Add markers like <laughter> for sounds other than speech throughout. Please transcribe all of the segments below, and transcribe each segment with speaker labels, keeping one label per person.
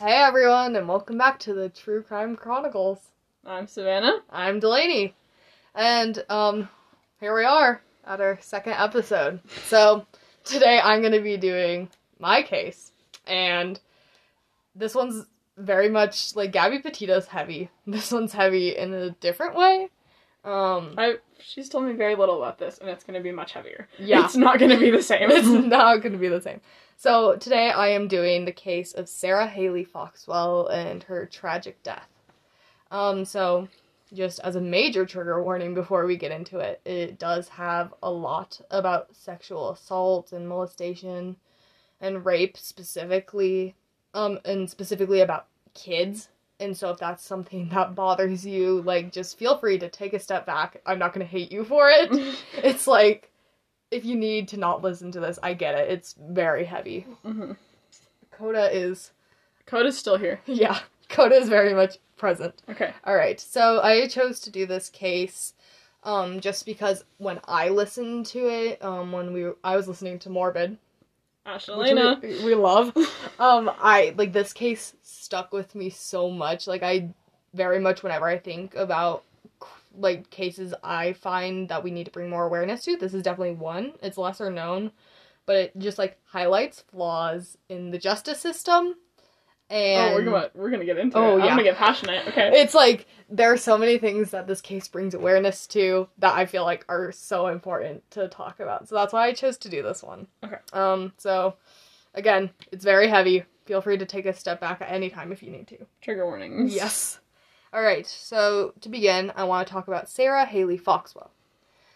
Speaker 1: Hey everyone, and welcome back to the True Crime Chronicles.
Speaker 2: I'm Savannah.
Speaker 1: I'm Delaney, and um, here we are at our second episode. So today I'm going to be doing my case, and this one's very much like Gabby Petito's heavy. <laughs> This one's heavy in a different way. Um,
Speaker 2: I she's told me very little about this, and it's going to be much heavier.
Speaker 1: yeah,
Speaker 2: it's not going to be
Speaker 1: <laughs>
Speaker 2: the same. <laughs>
Speaker 1: it's not going to be the same. So today I am doing the case of Sarah Haley Foxwell and her tragic death. Um, so just as a major trigger warning before we get into it, it does have a lot about sexual assault and molestation and rape specifically, um, and specifically about kids. And so if that's something that bothers you, like just feel free to take a step back. I'm not gonna hate you for it it's like if you need to not listen to this, I get it. It's very heavy.
Speaker 2: Mhm.
Speaker 1: Coda is
Speaker 2: Coda's still here.
Speaker 1: <laughs> yeah, Coda is very much present.
Speaker 2: Okay.
Speaker 1: All right. So I chose to do this case um just because when I listened to it, um when we I was listening to Morbid, which
Speaker 2: <laughs> Ashelina.
Speaker 1: we, we love.
Speaker 2: Oh,
Speaker 1: Um I like this case stuck with me so much. Like I very much whenever I think about like cases I find that we need to bring more awareness to, this is definitely one. It's lesser known, but it just like highlights flaws in the justice system. And
Speaker 2: Oh, we're gonna we're gonna get into
Speaker 1: Oh,
Speaker 2: it.
Speaker 1: yeah.
Speaker 2: I'm gonna get passionate. Okay.
Speaker 1: <laughs> it's like there are so many things that this case brings awareness to that I feel like are so important to talk about. So that's why I chose to do this one.
Speaker 2: Okay.
Speaker 1: Um so again, it's very heavy. Feel free to take a step back at any time if you need to.
Speaker 2: Trigger warnings.
Speaker 1: Yes. All right, so to begin, I want to talk about Sarah Haley Foxwell.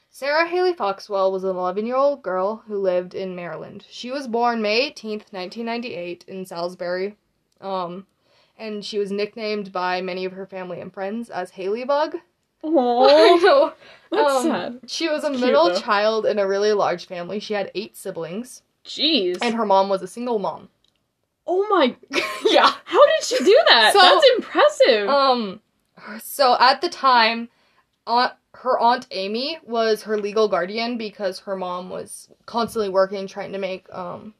Speaker 1: Sarah Haley Foxwell was an 11 year old girl who lived in Maryland. She was born May 18th, 1998, in Salisbury, um, and she was nicknamed by many of her family and friends as Haley Bug. <laughs> I <laughs>
Speaker 2: Aww,
Speaker 1: know.
Speaker 2: Oh, that's
Speaker 1: um,
Speaker 2: sad.
Speaker 1: She was a
Speaker 2: Cute,
Speaker 1: middle
Speaker 2: though.
Speaker 1: child in a really large family. She had eight siblings,
Speaker 2: Jeez.
Speaker 1: and her mom was a single
Speaker 2: <laughs>
Speaker 1: mom.
Speaker 2: oh my.
Speaker 1: yeah.
Speaker 2: How did she do that?
Speaker 1: So-
Speaker 2: that's impressive.
Speaker 1: Um, so at the time, aunt, her aunt Amy was her legal guardian because her mom was constantly working, trying to make um,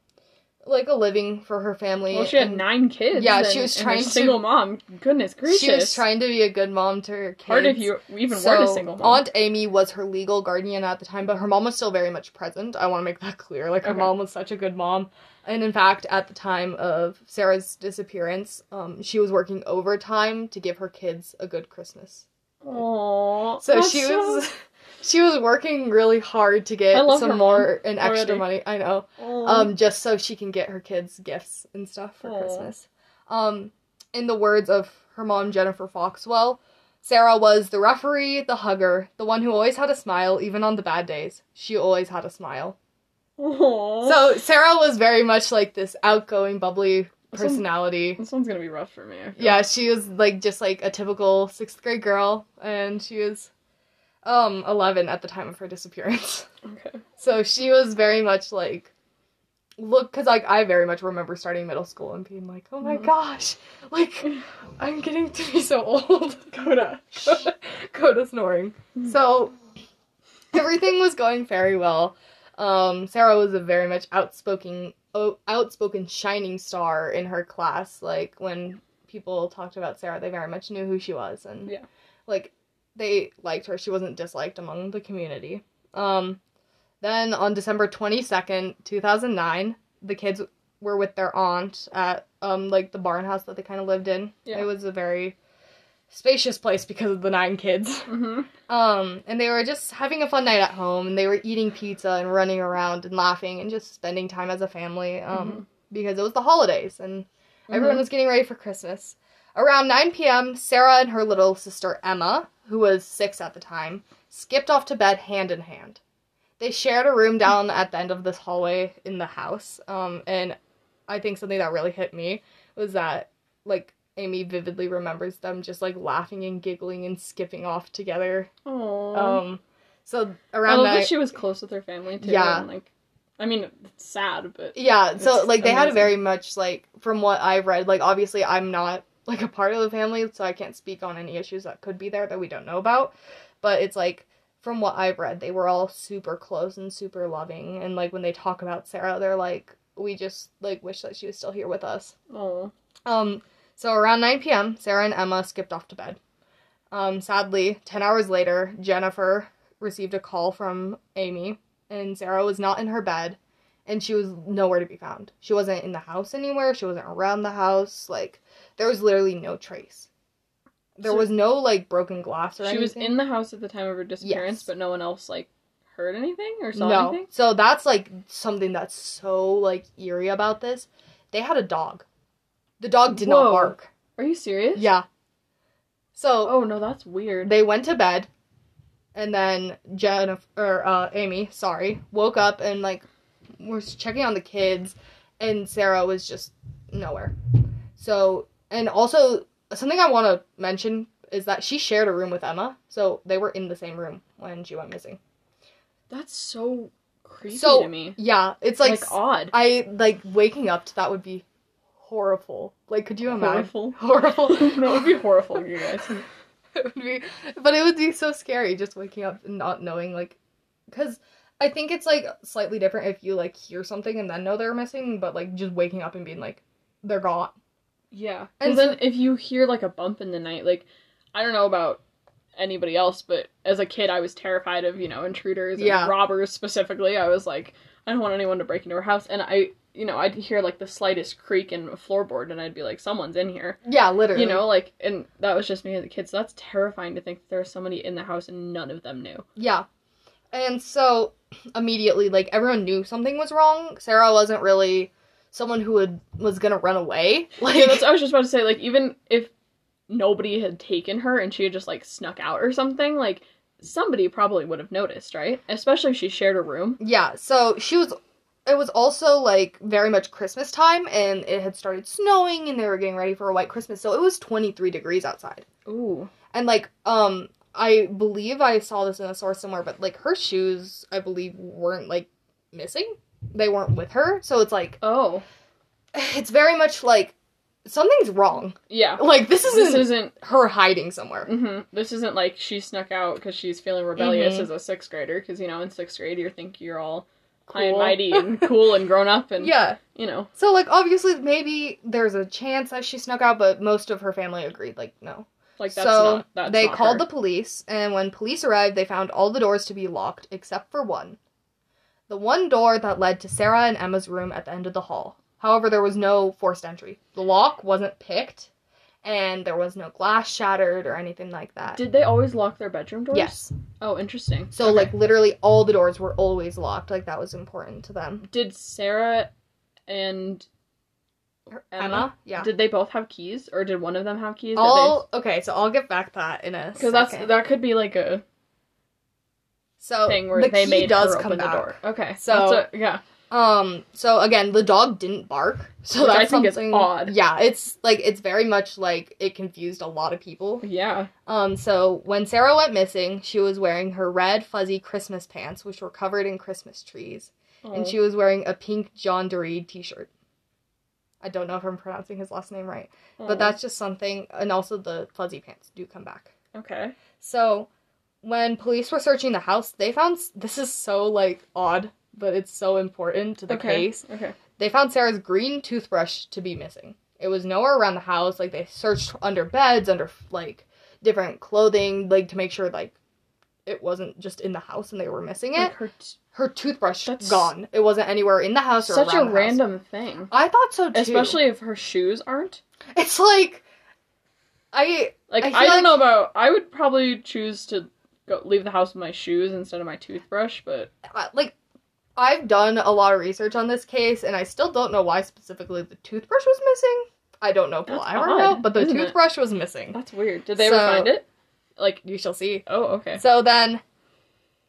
Speaker 1: like a living for her family.
Speaker 2: well, she had
Speaker 1: and
Speaker 2: nine kids.
Speaker 1: Yeah,
Speaker 2: and-
Speaker 1: she was
Speaker 2: and
Speaker 1: trying
Speaker 2: a
Speaker 1: to-
Speaker 2: Single mom. Goodness gracious.
Speaker 1: She was trying to be a good mom to her kids.
Speaker 2: Hard if you even
Speaker 1: so
Speaker 2: were a single mom.
Speaker 1: Aunt Amy was her legal guardian at the time, but her mom was still very much present. I want to make that clear. Like her
Speaker 2: Okay.
Speaker 1: mom was such a good mom, and in fact, at the time of Sarah's disappearance, um, she was working overtime to give her kids a good Christmas.
Speaker 2: Aww.
Speaker 1: So she
Speaker 2: <laughs>
Speaker 1: was <laughs> she was working really hard to
Speaker 2: I
Speaker 1: get
Speaker 2: love her
Speaker 1: some more and
Speaker 2: already.
Speaker 1: extra money. I know.
Speaker 2: Um.
Speaker 1: Um just so she can get her kids gifts and stuff for
Speaker 2: Aw.
Speaker 1: Christmas. Um in the words of her mom Jennifer Foxwell, Sarah was the referee, the hugger, the one who always had a smile even on the bad days. She always had a smile.
Speaker 2: Aww.
Speaker 1: So Sarah was very much like this outgoing, bubbly
Speaker 2: Some-
Speaker 1: personality.
Speaker 2: This one's gonna be rough for me. I feel.
Speaker 1: yeah she was like just like a typical sixth grade girl and she was um 11 at the time of her disappearance <laughs>
Speaker 2: Okay.
Speaker 1: so she was very much like look because like i very much remember starting middle school and being like oh my
Speaker 2: Mhm.
Speaker 1: gosh like i'm getting to be so old
Speaker 2: Coda.
Speaker 1: <laughs> Coda snoring. So everything was going very well. Um, Sarah was a very much outspoken, o- outspoken shining star in her class. Like when people talked about Sarah, they very much knew who she was, and
Speaker 2: Yeah.
Speaker 1: like they liked her. She wasn't disliked among the community. Um, then on December twenty second, two thousand nine, the kids were with their aunt at um like the barn house that they kind of lived in.
Speaker 2: Yeah.
Speaker 1: It was a very spacious place because of the nine kids.
Speaker 2: Mm-hmm.
Speaker 1: Um, and they were just having a fun night at home, and they were eating pizza and running around and laughing and just spending time as a family. Um,
Speaker 2: Mhm.
Speaker 1: because it was the holidays and
Speaker 2: Mm-hmm.
Speaker 1: everyone was getting ready for Christmas. Around 9 p.m., Sarah and her little sister Emma, who was six at the time, skipped off to bed hand in hand. They shared a room
Speaker 2: <laughs>
Speaker 1: down at the end of this hallway in the house. Um, and I think something that really hit me was that, like, Amy vividly remembers them just like laughing and giggling and skipping off together
Speaker 2: Aww.
Speaker 1: um, so
Speaker 2: Mm-hmm. I
Speaker 1: around
Speaker 2: love that
Speaker 1: that,
Speaker 2: she was close with her family too.
Speaker 1: Yeah.
Speaker 2: and, like, I mean, it's sad, but
Speaker 1: yeah. So
Speaker 2: It's
Speaker 1: like they had a
Speaker 2: amazing.
Speaker 1: very much like from what I've read, like obviously I'm not like a part of the family, so I can't speak on any issues that could be there that we don't know about. But it's like from what I've read, they were all super close and super loving, and like when they talk about Sarah, they're like, we just like wish that she was still here with us.
Speaker 2: Oh.
Speaker 1: Um, so around 9 p.m., Sarah and Emma skipped off to bed. Um, sadly, 10 hours later, Jennifer received a call from Amy, and Sarah was not in her bed, and she was nowhere to be found. She wasn't in the house anywhere, she wasn't around the house. Like, there was literally no trace. There
Speaker 2: So-
Speaker 1: was no, like, broken glass or
Speaker 2: She
Speaker 1: anything.
Speaker 2: was in the house at the time of her disappearance,
Speaker 1: Yes.
Speaker 2: but no one else like heard anything or saw
Speaker 1: no.
Speaker 2: anything.
Speaker 1: So that's like something that's so like eerie about this. They had a dog. The dog did not
Speaker 2: Whoa.
Speaker 1: bark.
Speaker 2: Are you serious?
Speaker 1: Yeah. So
Speaker 2: Oh no, that's weird.
Speaker 1: they went to bed, and then Jennifer or uh, Amy, sorry, woke up and like was checking on the kids, and Sarah was just nowhere. So and also something I want to mention is that she shared a room with Emma, so they were in the same room when she went missing.
Speaker 2: That's so creepy
Speaker 1: So,
Speaker 2: to me.
Speaker 1: Yeah, it's
Speaker 2: Like,
Speaker 1: like
Speaker 2: odd.
Speaker 1: I like waking up to that would be horrible. Like, could you imagine? <laughs>
Speaker 2: Horrible. <laughs>
Speaker 1: Horrible.
Speaker 2: no, it would be horrible, you guys.
Speaker 1: <laughs> it would be, but it would be so scary just waking up and not knowing, like, because I think it's like slightly different if you like hear something and then know they're missing, but like just waking up and being like, they're gone.
Speaker 2: Yeah.
Speaker 1: And
Speaker 2: And then if you hear like a bump in the night, like I don't know about anybody else, but as a kid I was terrified of, you know, intruders and
Speaker 1: Yeah.
Speaker 2: robbers specifically. I was like, I don't want anyone to break into our house and I you know, I'd hear like the slightest creak in a floorboard and I'd be like, Someone's in here.
Speaker 1: Yeah, literally.
Speaker 2: You know, like and that was just me as a kid, so that's terrifying to think that there was somebody in the house and none of them knew.
Speaker 1: Yeah. And so <clears throat> immediately, like everyone knew something was wrong. Sarah wasn't really someone who would was gonna run away. <laughs> Like
Speaker 2: Yeah, that's I was just about to say, like, even if nobody had taken her and she had just like snuck out or something, like somebody probably would have noticed, right? Especially if she shared a room.
Speaker 1: Yeah, so she was. It was also like very much Christmas time, and it had started snowing, and they were getting ready for a white Christmas. So it was 23 degrees outside,
Speaker 2: Ooh.
Speaker 1: and like um, I believe I saw this in a source somewhere, but like her shoes, I believe, weren't like missing. They weren't with her, so it's like
Speaker 2: Oh.
Speaker 1: it's very much like something's wrong.
Speaker 2: Yeah.
Speaker 1: Like this isn't
Speaker 2: This isn't.
Speaker 1: her hiding somewhere.
Speaker 2: hmm This isn't like she snuck out because she's feeling rebellious
Speaker 1: Mhm.
Speaker 2: as a sixth grader. Because you know, in sixth grade, you think you're all high
Speaker 1: Cool.
Speaker 2: and
Speaker 1: <laughs>
Speaker 2: mighty and cool and grown up, and
Speaker 1: Yeah.
Speaker 2: you know,
Speaker 1: So like obviously maybe there's a chance that she snuck out, but most of her family agreed like no.
Speaker 2: like that's
Speaker 1: so
Speaker 2: not. That's
Speaker 1: they
Speaker 2: not
Speaker 1: called
Speaker 2: her.
Speaker 1: the police, and when police arrived, they found all the doors to be locked except for one. The one door that led to Sarah and Emma's room at the end of the hall. However, there was no forced entry. The lock wasn't picked, and there was no glass shattered or anything like that.
Speaker 2: Did they always lock their bedroom doors?
Speaker 1: yes.
Speaker 2: Oh, interesting.
Speaker 1: So,
Speaker 2: Okay.
Speaker 1: like, literally all the doors were always locked. Like, that was important to them.
Speaker 2: did Sarah and
Speaker 1: Emma? Yeah.
Speaker 2: Did they both have keys, or did one of them have keys?
Speaker 1: all okay, so I'll get back to that in a second.
Speaker 2: because that's that could be like a
Speaker 1: so
Speaker 2: thing where
Speaker 1: the
Speaker 2: they
Speaker 1: key
Speaker 2: made
Speaker 1: does
Speaker 2: her
Speaker 1: come
Speaker 2: open
Speaker 1: back.
Speaker 2: the door. Okay,
Speaker 1: So-
Speaker 2: that's a, yeah,
Speaker 1: Um. So again, the dog didn't bark. So
Speaker 2: Which I
Speaker 1: that's
Speaker 2: think is
Speaker 1: something.
Speaker 2: odd.
Speaker 1: Yeah, it's like it's very much like it confused a lot of people.
Speaker 2: yeah,
Speaker 1: Um. So when Sarah went missing, she was wearing her red fuzzy Christmas pants, which were covered in Christmas trees, and she was wearing a pink John Doreed T-shirt. I don't know if I'm pronouncing his last name right,
Speaker 2: Oh,
Speaker 1: but that's just something. And also the fuzzy pants do come back.
Speaker 2: okay.
Speaker 1: So when police were searching the house, they found this is so like odd, but it's so important to the
Speaker 2: okay.
Speaker 1: case.
Speaker 2: Okay.
Speaker 1: They found Sarah's green toothbrush to be missing. It was nowhere around the house. Like they searched under beds, under like different clothing, like to make sure like it wasn't just in the house and they were missing
Speaker 2: Like
Speaker 1: it.
Speaker 2: her t-
Speaker 1: Her toothbrush
Speaker 2: That's-
Speaker 1: gone. It wasn't anywhere in the house or
Speaker 2: such a
Speaker 1: around the house.
Speaker 2: random thing,
Speaker 1: I thought so too.
Speaker 2: especially if her shoes aren't.
Speaker 1: it's like I
Speaker 2: Like
Speaker 1: I
Speaker 2: I,
Speaker 1: feel
Speaker 2: don't
Speaker 1: like-
Speaker 2: know about. I would probably choose to go leave the house with my shoes instead of my toothbrush, but
Speaker 1: I- like I've done a lot of research on this case and I still don't know why specifically the toothbrush was missing. I don't know if we'll
Speaker 2: That's
Speaker 1: ever know,
Speaker 2: odd,
Speaker 1: but the
Speaker 2: isn't it?
Speaker 1: toothbrush was missing.
Speaker 2: that's weird. Did they
Speaker 1: So-
Speaker 2: ever find it? Like
Speaker 1: You shall see.
Speaker 2: oh okay.
Speaker 1: So then,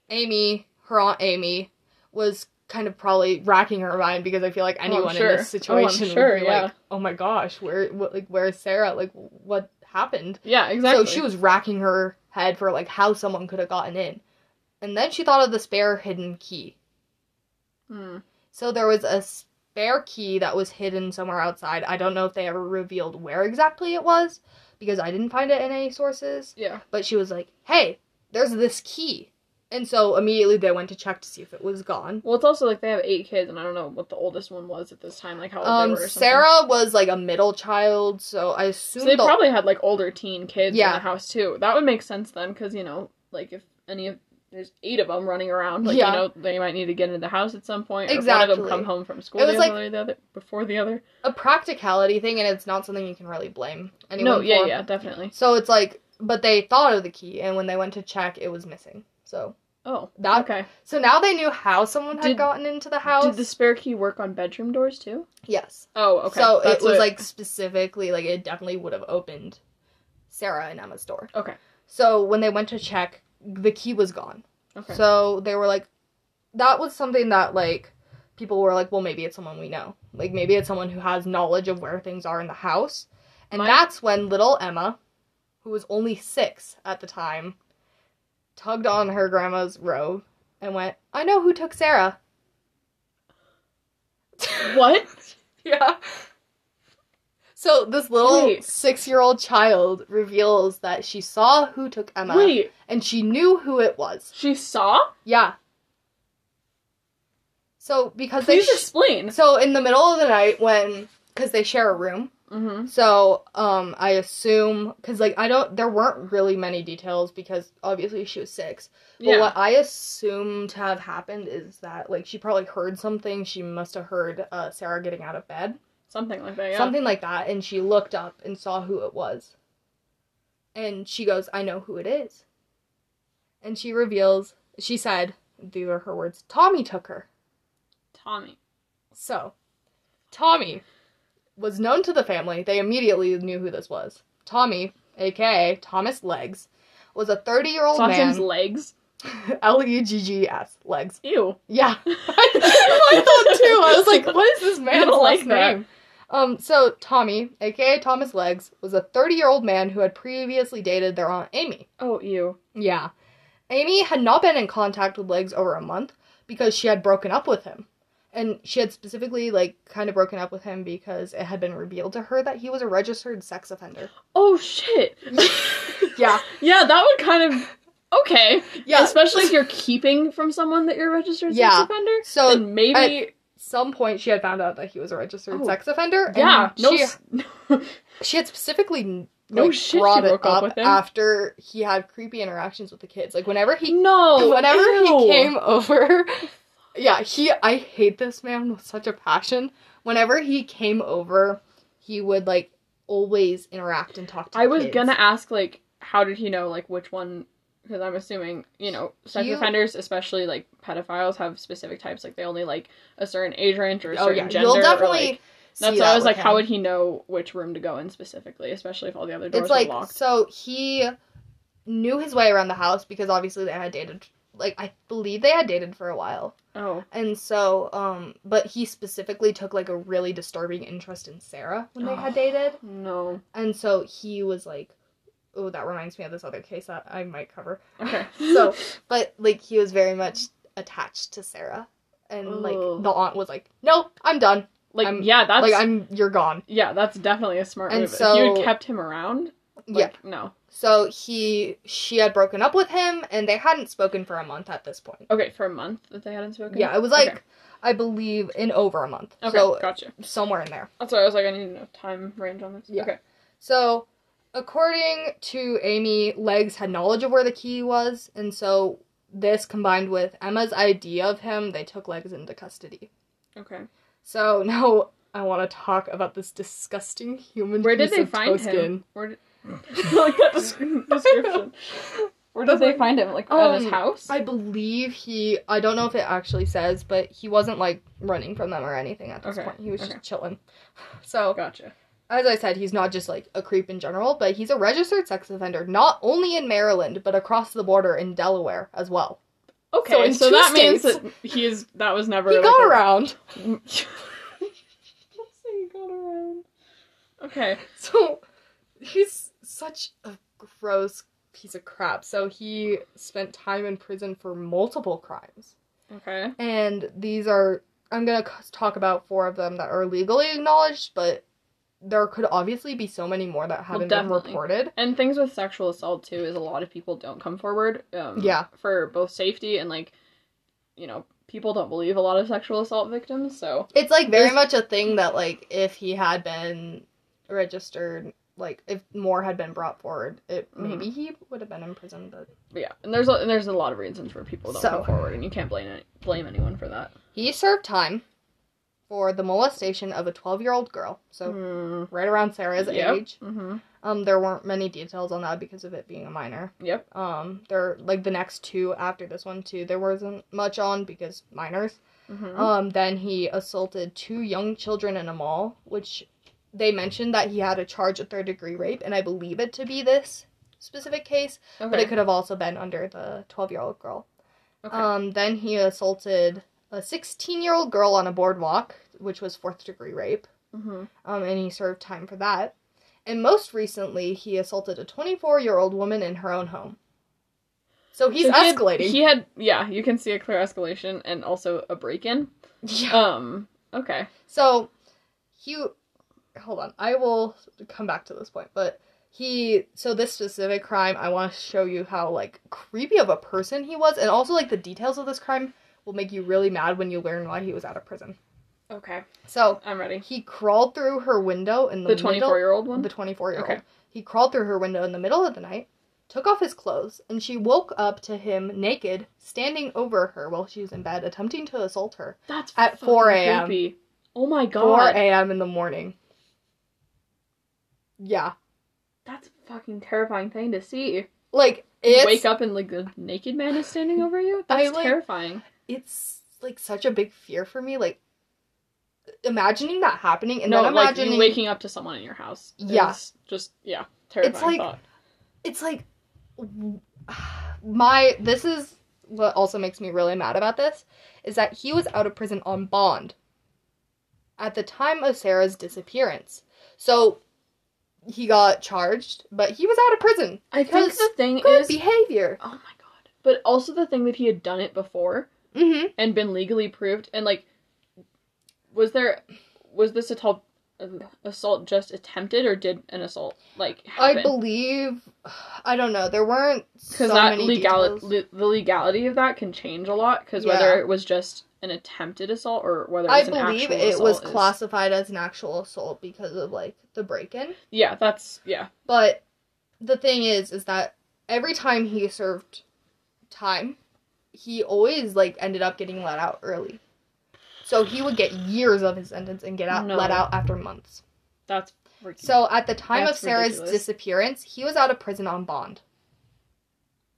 Speaker 1: Amy, her aunt Amy, was kind of probably racking her mind because I feel like
Speaker 2: I'm
Speaker 1: anyone
Speaker 2: sure.
Speaker 1: in
Speaker 2: Oh, I'm
Speaker 1: this situation
Speaker 2: sure,
Speaker 1: would be
Speaker 2: yeah.
Speaker 1: like, "Oh my gosh, where, what, like, where's Sarah? Like, what happened?"
Speaker 2: Yeah, exactly.
Speaker 1: So she was racking her head for like how someone could have gotten in, and then she thought of the spare hidden key.
Speaker 2: Hmm.
Speaker 1: So there was a spare key that was hidden somewhere outside. I don't know if they ever revealed where exactly it was because I didn't find it in any sources
Speaker 2: Yeah.
Speaker 1: but she was like, "Hey, there's this key. And so immediately they went to check to see if it was gone.
Speaker 2: Well, it's also like they have eight kids, and I don't know what the oldest one was at this time, like how old they
Speaker 1: Um,
Speaker 2: were. Or something.
Speaker 1: Sarah was like a middle child, so I assume
Speaker 2: So they
Speaker 1: the-
Speaker 2: probably had like older teen kids
Speaker 1: Yeah.
Speaker 2: in the house too. That would make sense then, because you know, like if any of there's eight of them running around, like
Speaker 1: Yeah.
Speaker 2: you know, they might need to get into the house at some point. or One of
Speaker 1: Exactly.
Speaker 2: them come home from school.
Speaker 1: It was
Speaker 2: the
Speaker 1: like-
Speaker 2: other, the other before the other.
Speaker 1: a practicality thing, and it's not something you can really blame anyone
Speaker 2: no, yeah,
Speaker 1: for.
Speaker 2: yeah, definitely.
Speaker 1: So it's like, but they thought of the key, and when they went to check, it was missing. So
Speaker 2: Oh,
Speaker 1: That-
Speaker 2: okay.
Speaker 1: so now they knew how someone had
Speaker 2: Did-
Speaker 1: gotten into the house.
Speaker 2: Did the spare key work on bedroom doors too?
Speaker 1: Yes.
Speaker 2: Oh, okay.
Speaker 1: So
Speaker 2: That's
Speaker 1: it was
Speaker 2: what-
Speaker 1: like specifically, like it definitely would have opened Sarah and Emma's door.
Speaker 2: okay,
Speaker 1: So when they went to check, the key was gone.
Speaker 2: okay.
Speaker 1: So they were like, that was something that like people were like, well, maybe it's someone we know. Like maybe it's someone who has knowledge of where things are in the house. And
Speaker 2: My-
Speaker 1: that's when little Emma, who was only six at the time, tugged on her grandma's robe and went, I know who took Sarah. <laughs>
Speaker 2: what?
Speaker 1: <laughs> yeah. So this little
Speaker 2: Wait.
Speaker 1: six-year-old child reveals that she saw who took Emma,
Speaker 2: <laughs> Wait,
Speaker 1: and she knew who it was.
Speaker 2: she saw?
Speaker 1: Yeah. So because they
Speaker 2: Please
Speaker 1: sh-
Speaker 2: explain.
Speaker 1: so in the middle of the night when because they share a room,
Speaker 2: Mm-hmm.
Speaker 1: so um I assume because like I don't there weren't really many details because obviously she was six. But
Speaker 2: Yeah.
Speaker 1: what I assume to have happened is that like she probably heard something. She must have heard uh, Sarah getting out of bed,
Speaker 2: Something like that. Yeah.
Speaker 1: something like that, and she looked up and saw who it was. And she goes, "I know who it is." And she reveals. She said, "These are her words." Tommy took her.
Speaker 2: Tommy.
Speaker 1: So, Tommy was known to the family. They immediately knew who this was. Tommy, aka Thomas Legs, was a 30 year old
Speaker 2: Saw his
Speaker 1: Oh, man.
Speaker 2: legs.
Speaker 1: L U G G S, Legs.
Speaker 2: Ew.
Speaker 1: Yeah. <laughs> I thought too. I was like, what is this man's
Speaker 2: don't
Speaker 1: last
Speaker 2: like that.
Speaker 1: name? Um, so Tommy, aka Thomas Legs, was a 30 year old man who had previously dated their Aunt Amy.
Speaker 2: Oh, ew.
Speaker 1: Yeah. Amy had not been in contact with Legs over a month because she had broken up with him. And she had specifically, like, kind of broken up with him because it had been revealed to her that he was a registered sex offender. <laughs>
Speaker 2: Oh shit.
Speaker 1: Yeah.
Speaker 2: yeah, that would kind of okay.
Speaker 1: Yeah.
Speaker 2: Especially if you're keeping from someone that you're a registered
Speaker 1: Yeah.
Speaker 2: sex offender.
Speaker 1: So,
Speaker 2: then maybe
Speaker 1: some point, she had found out that he was a registered
Speaker 2: Oh.
Speaker 1: sex offender. And
Speaker 2: yeah. No.
Speaker 1: She,
Speaker 2: s- no-
Speaker 1: she had specifically.
Speaker 2: No
Speaker 1: like,
Speaker 2: shit she
Speaker 1: brought it
Speaker 2: broke up
Speaker 1: up
Speaker 2: with him.
Speaker 1: after he had creepy interactions with the kids. Like whenever <laughs> he,
Speaker 2: <laughs> no.
Speaker 1: whenever
Speaker 2: ew.
Speaker 1: he came over, <laughs> yeah, he. I hate this man with such a passion. Whenever he came over, he would like always interact and talk to.
Speaker 2: I
Speaker 1: the
Speaker 2: was
Speaker 1: kids.
Speaker 2: gonna ask like, how did he know like which one? Because I'm assuming you know sex
Speaker 1: You-
Speaker 2: offenders, especially like pedophiles, have specific types. Like they only like a certain age range or a
Speaker 1: Oh
Speaker 2: certain
Speaker 1: yeah,
Speaker 2: gender.
Speaker 1: you'll definitely.
Speaker 2: Or, like,
Speaker 1: see
Speaker 2: that's
Speaker 1: that
Speaker 2: why I was
Speaker 1: with
Speaker 2: like, how
Speaker 1: him.
Speaker 2: would he know which room to go in specifically, especially if all the other doors
Speaker 1: It's like
Speaker 2: were locked?
Speaker 1: so he knew his way around the house because obviously they had dated. Like I believe they had dated for a while.
Speaker 2: Oh,
Speaker 1: And so, um, but he specifically took like a really disturbing interest in Sarah when they had dated. <laughs>
Speaker 2: no.
Speaker 1: And so he was like, oh, that reminds me of this other case that I might
Speaker 2: <laughs>
Speaker 1: cover.
Speaker 2: Okay.
Speaker 1: So, but like he was very much attached to Sarah. And
Speaker 2: Ooh.
Speaker 1: like the aunt was like, no, I'm done.
Speaker 2: like
Speaker 1: I'm-
Speaker 2: yeah, that's
Speaker 1: Like, I'm, you're gone.
Speaker 2: yeah, that's definitely a smart
Speaker 1: And
Speaker 2: move. if
Speaker 1: so-
Speaker 2: you kept him around,
Speaker 1: yeah.
Speaker 2: like, no.
Speaker 1: So he, she had broken up with him and they hadn't spoken for a month at this point.
Speaker 2: Okay, for a month that they hadn't spoken.
Speaker 1: Yeah, it was like,
Speaker 2: okay,
Speaker 1: I believe, in over a month.
Speaker 2: okay
Speaker 1: So
Speaker 2: gotcha.
Speaker 1: somewhere in there.
Speaker 2: That's why I was like, I need enough time range on this.
Speaker 1: Yeah.
Speaker 2: Okay.
Speaker 1: So, according to Amy, Legs had knowledge of where the key was, and so this combined with Emma's idea of him, they took Legs into custody.
Speaker 2: Okay.
Speaker 1: So <laughs> now I want to talk about this disgusting human.
Speaker 2: Where did
Speaker 1: piece
Speaker 2: they
Speaker 1: of
Speaker 2: find
Speaker 1: toe
Speaker 2: him?
Speaker 1: skin.
Speaker 2: Where did... <laughs> like that
Speaker 1: <laughs>
Speaker 2: descri- description. Where did they find him? Like at his
Speaker 1: Um,
Speaker 2: house?
Speaker 1: I believe he. I don't know if it actually says, but he wasn't like running from them or anything at this
Speaker 2: Okay,
Speaker 1: point. He was
Speaker 2: okay.
Speaker 1: just chilling. <laughs> So
Speaker 2: Gotcha.
Speaker 1: as I said, he's not just like a creep in general, but he's a registered sex offender not only in Maryland, but across the border in Delaware as well.
Speaker 2: Okay,
Speaker 1: So
Speaker 2: so,
Speaker 1: in two
Speaker 2: that means
Speaker 1: states-
Speaker 2: that he is that was never
Speaker 1: He
Speaker 2: like,
Speaker 1: got
Speaker 2: a-
Speaker 1: around.
Speaker 2: Don't say <laughs> he got around. Okay.
Speaker 1: So he's such a gross piece of crap. So he spent time in prison for multiple crimes.
Speaker 2: Okay.
Speaker 1: And these are, I'm going to talk about four of them that are legally acknowledged, but there could obviously be so many more that haven't been
Speaker 2: definitely.
Speaker 1: reported.
Speaker 2: And things with sexual assault too is a lot of people don't come forward. Um,
Speaker 1: Yeah.
Speaker 2: For both safety and like, you know, people don't believe a lot of sexual assault victims. So
Speaker 1: It's like very
Speaker 2: There's-
Speaker 1: much a thing that like if he had been registered, like if more had been brought forward, it
Speaker 2: Mhm.
Speaker 1: maybe he would have been in prison. But
Speaker 2: but yeah, and there's a, and there's a lot of reasons where people don't
Speaker 1: So-
Speaker 2: come forward, and you can't blame any, blame anyone for that.
Speaker 1: he served time for the molestation of a twelve-year-old girl, so
Speaker 2: Mm-hmm.
Speaker 1: right around Sarah's age.
Speaker 2: hmm
Speaker 1: Um, there weren't many details on that because of it being a minor.
Speaker 2: Yep.
Speaker 1: Um, there like the next two after this one too, there wasn't much on because minors.
Speaker 2: hmm
Speaker 1: Um, then he assaulted two young children in a mall, which they mentioned that he had a charge of third degree rape, and I believe it to be this specific case,
Speaker 2: okay.
Speaker 1: but it could have also been under the 12 year old girl.
Speaker 2: okay.
Speaker 1: Um, then he assaulted a 16 year old girl on a boardwalk, which was fourth degree rape,
Speaker 2: Mhm.
Speaker 1: um, and he served time for that. And most recently, he assaulted a 24 year old woman in her own home. So he's
Speaker 2: So he had-
Speaker 1: escalating.
Speaker 2: He had, yeah, you can see a clear escalation and also a break in.
Speaker 1: <laughs> yeah.
Speaker 2: Um. Okay.
Speaker 1: So he hold on, I will come back to this point, but he so this specific crime, I want to show you how like creepy of a person he was and also like the details of this crime will make you really mad when you learn why he was out of prison.
Speaker 2: Okay.
Speaker 1: So,
Speaker 2: I'm ready.
Speaker 1: he crawled through her window in the,
Speaker 2: The 24 year old one.
Speaker 1: the 24 year old.
Speaker 2: Okay.
Speaker 1: He crawled through her window in the middle of the night, took off his clothes, and she woke up to him naked, standing over her while she was in bed, attempting to assault her
Speaker 2: That's
Speaker 1: At
Speaker 2: fucking
Speaker 1: 4 a.m..
Speaker 2: creepy. Oh my
Speaker 1: 4
Speaker 2: god.
Speaker 1: a.m. in the morning. Yeah.
Speaker 2: That's a fucking terrifying thing to see.
Speaker 1: Like
Speaker 2: You
Speaker 1: it's
Speaker 2: wake up and like the naked man is standing over you.
Speaker 1: I,
Speaker 2: That's
Speaker 1: like-
Speaker 2: terrifying.
Speaker 1: it's like such a big fear for me like imagining that happening and
Speaker 2: no,
Speaker 1: then
Speaker 2: like
Speaker 1: imagining
Speaker 2: you waking up to someone in your house.
Speaker 1: Yeah.
Speaker 2: is Just yeah.
Speaker 1: like-
Speaker 2: Terrifying thought.
Speaker 1: it's like w- my this is what also makes me really mad about this is that he was out of prison on bond at the time of Sarah's disappearance. So he got charged, but he was out of prison.
Speaker 2: I think
Speaker 1: because
Speaker 2: the thing
Speaker 1: Good
Speaker 2: is
Speaker 1: behavior.
Speaker 2: Oh my god. But also the thing that he had done it before
Speaker 1: Mm-hmm.
Speaker 2: and been legally proved and like was there was this assault assault just attempted or did an assault like happen?
Speaker 1: I believe <sighs> I don't know. There weren't so
Speaker 2: because that
Speaker 1: many
Speaker 2: legal
Speaker 1: details.
Speaker 2: le- the legality of that can change a lot because
Speaker 1: Yeah.
Speaker 2: whether it was just an attempted assault or whether it
Speaker 1: I
Speaker 2: was an
Speaker 1: believe
Speaker 2: actual
Speaker 1: it was
Speaker 2: assault is-
Speaker 1: classified as an actual assault because of like the break-in.
Speaker 2: yeah that's yeah
Speaker 1: But the thing is is that every time he served time, he always like ended up getting let out early. So he would get years of his sentence and get out
Speaker 2: No.
Speaker 1: let out after months.
Speaker 2: that's freaking
Speaker 1: So at the time
Speaker 2: That's
Speaker 1: of Sarah's
Speaker 2: ridiculous.
Speaker 1: disappearance, he was out of prison on bond.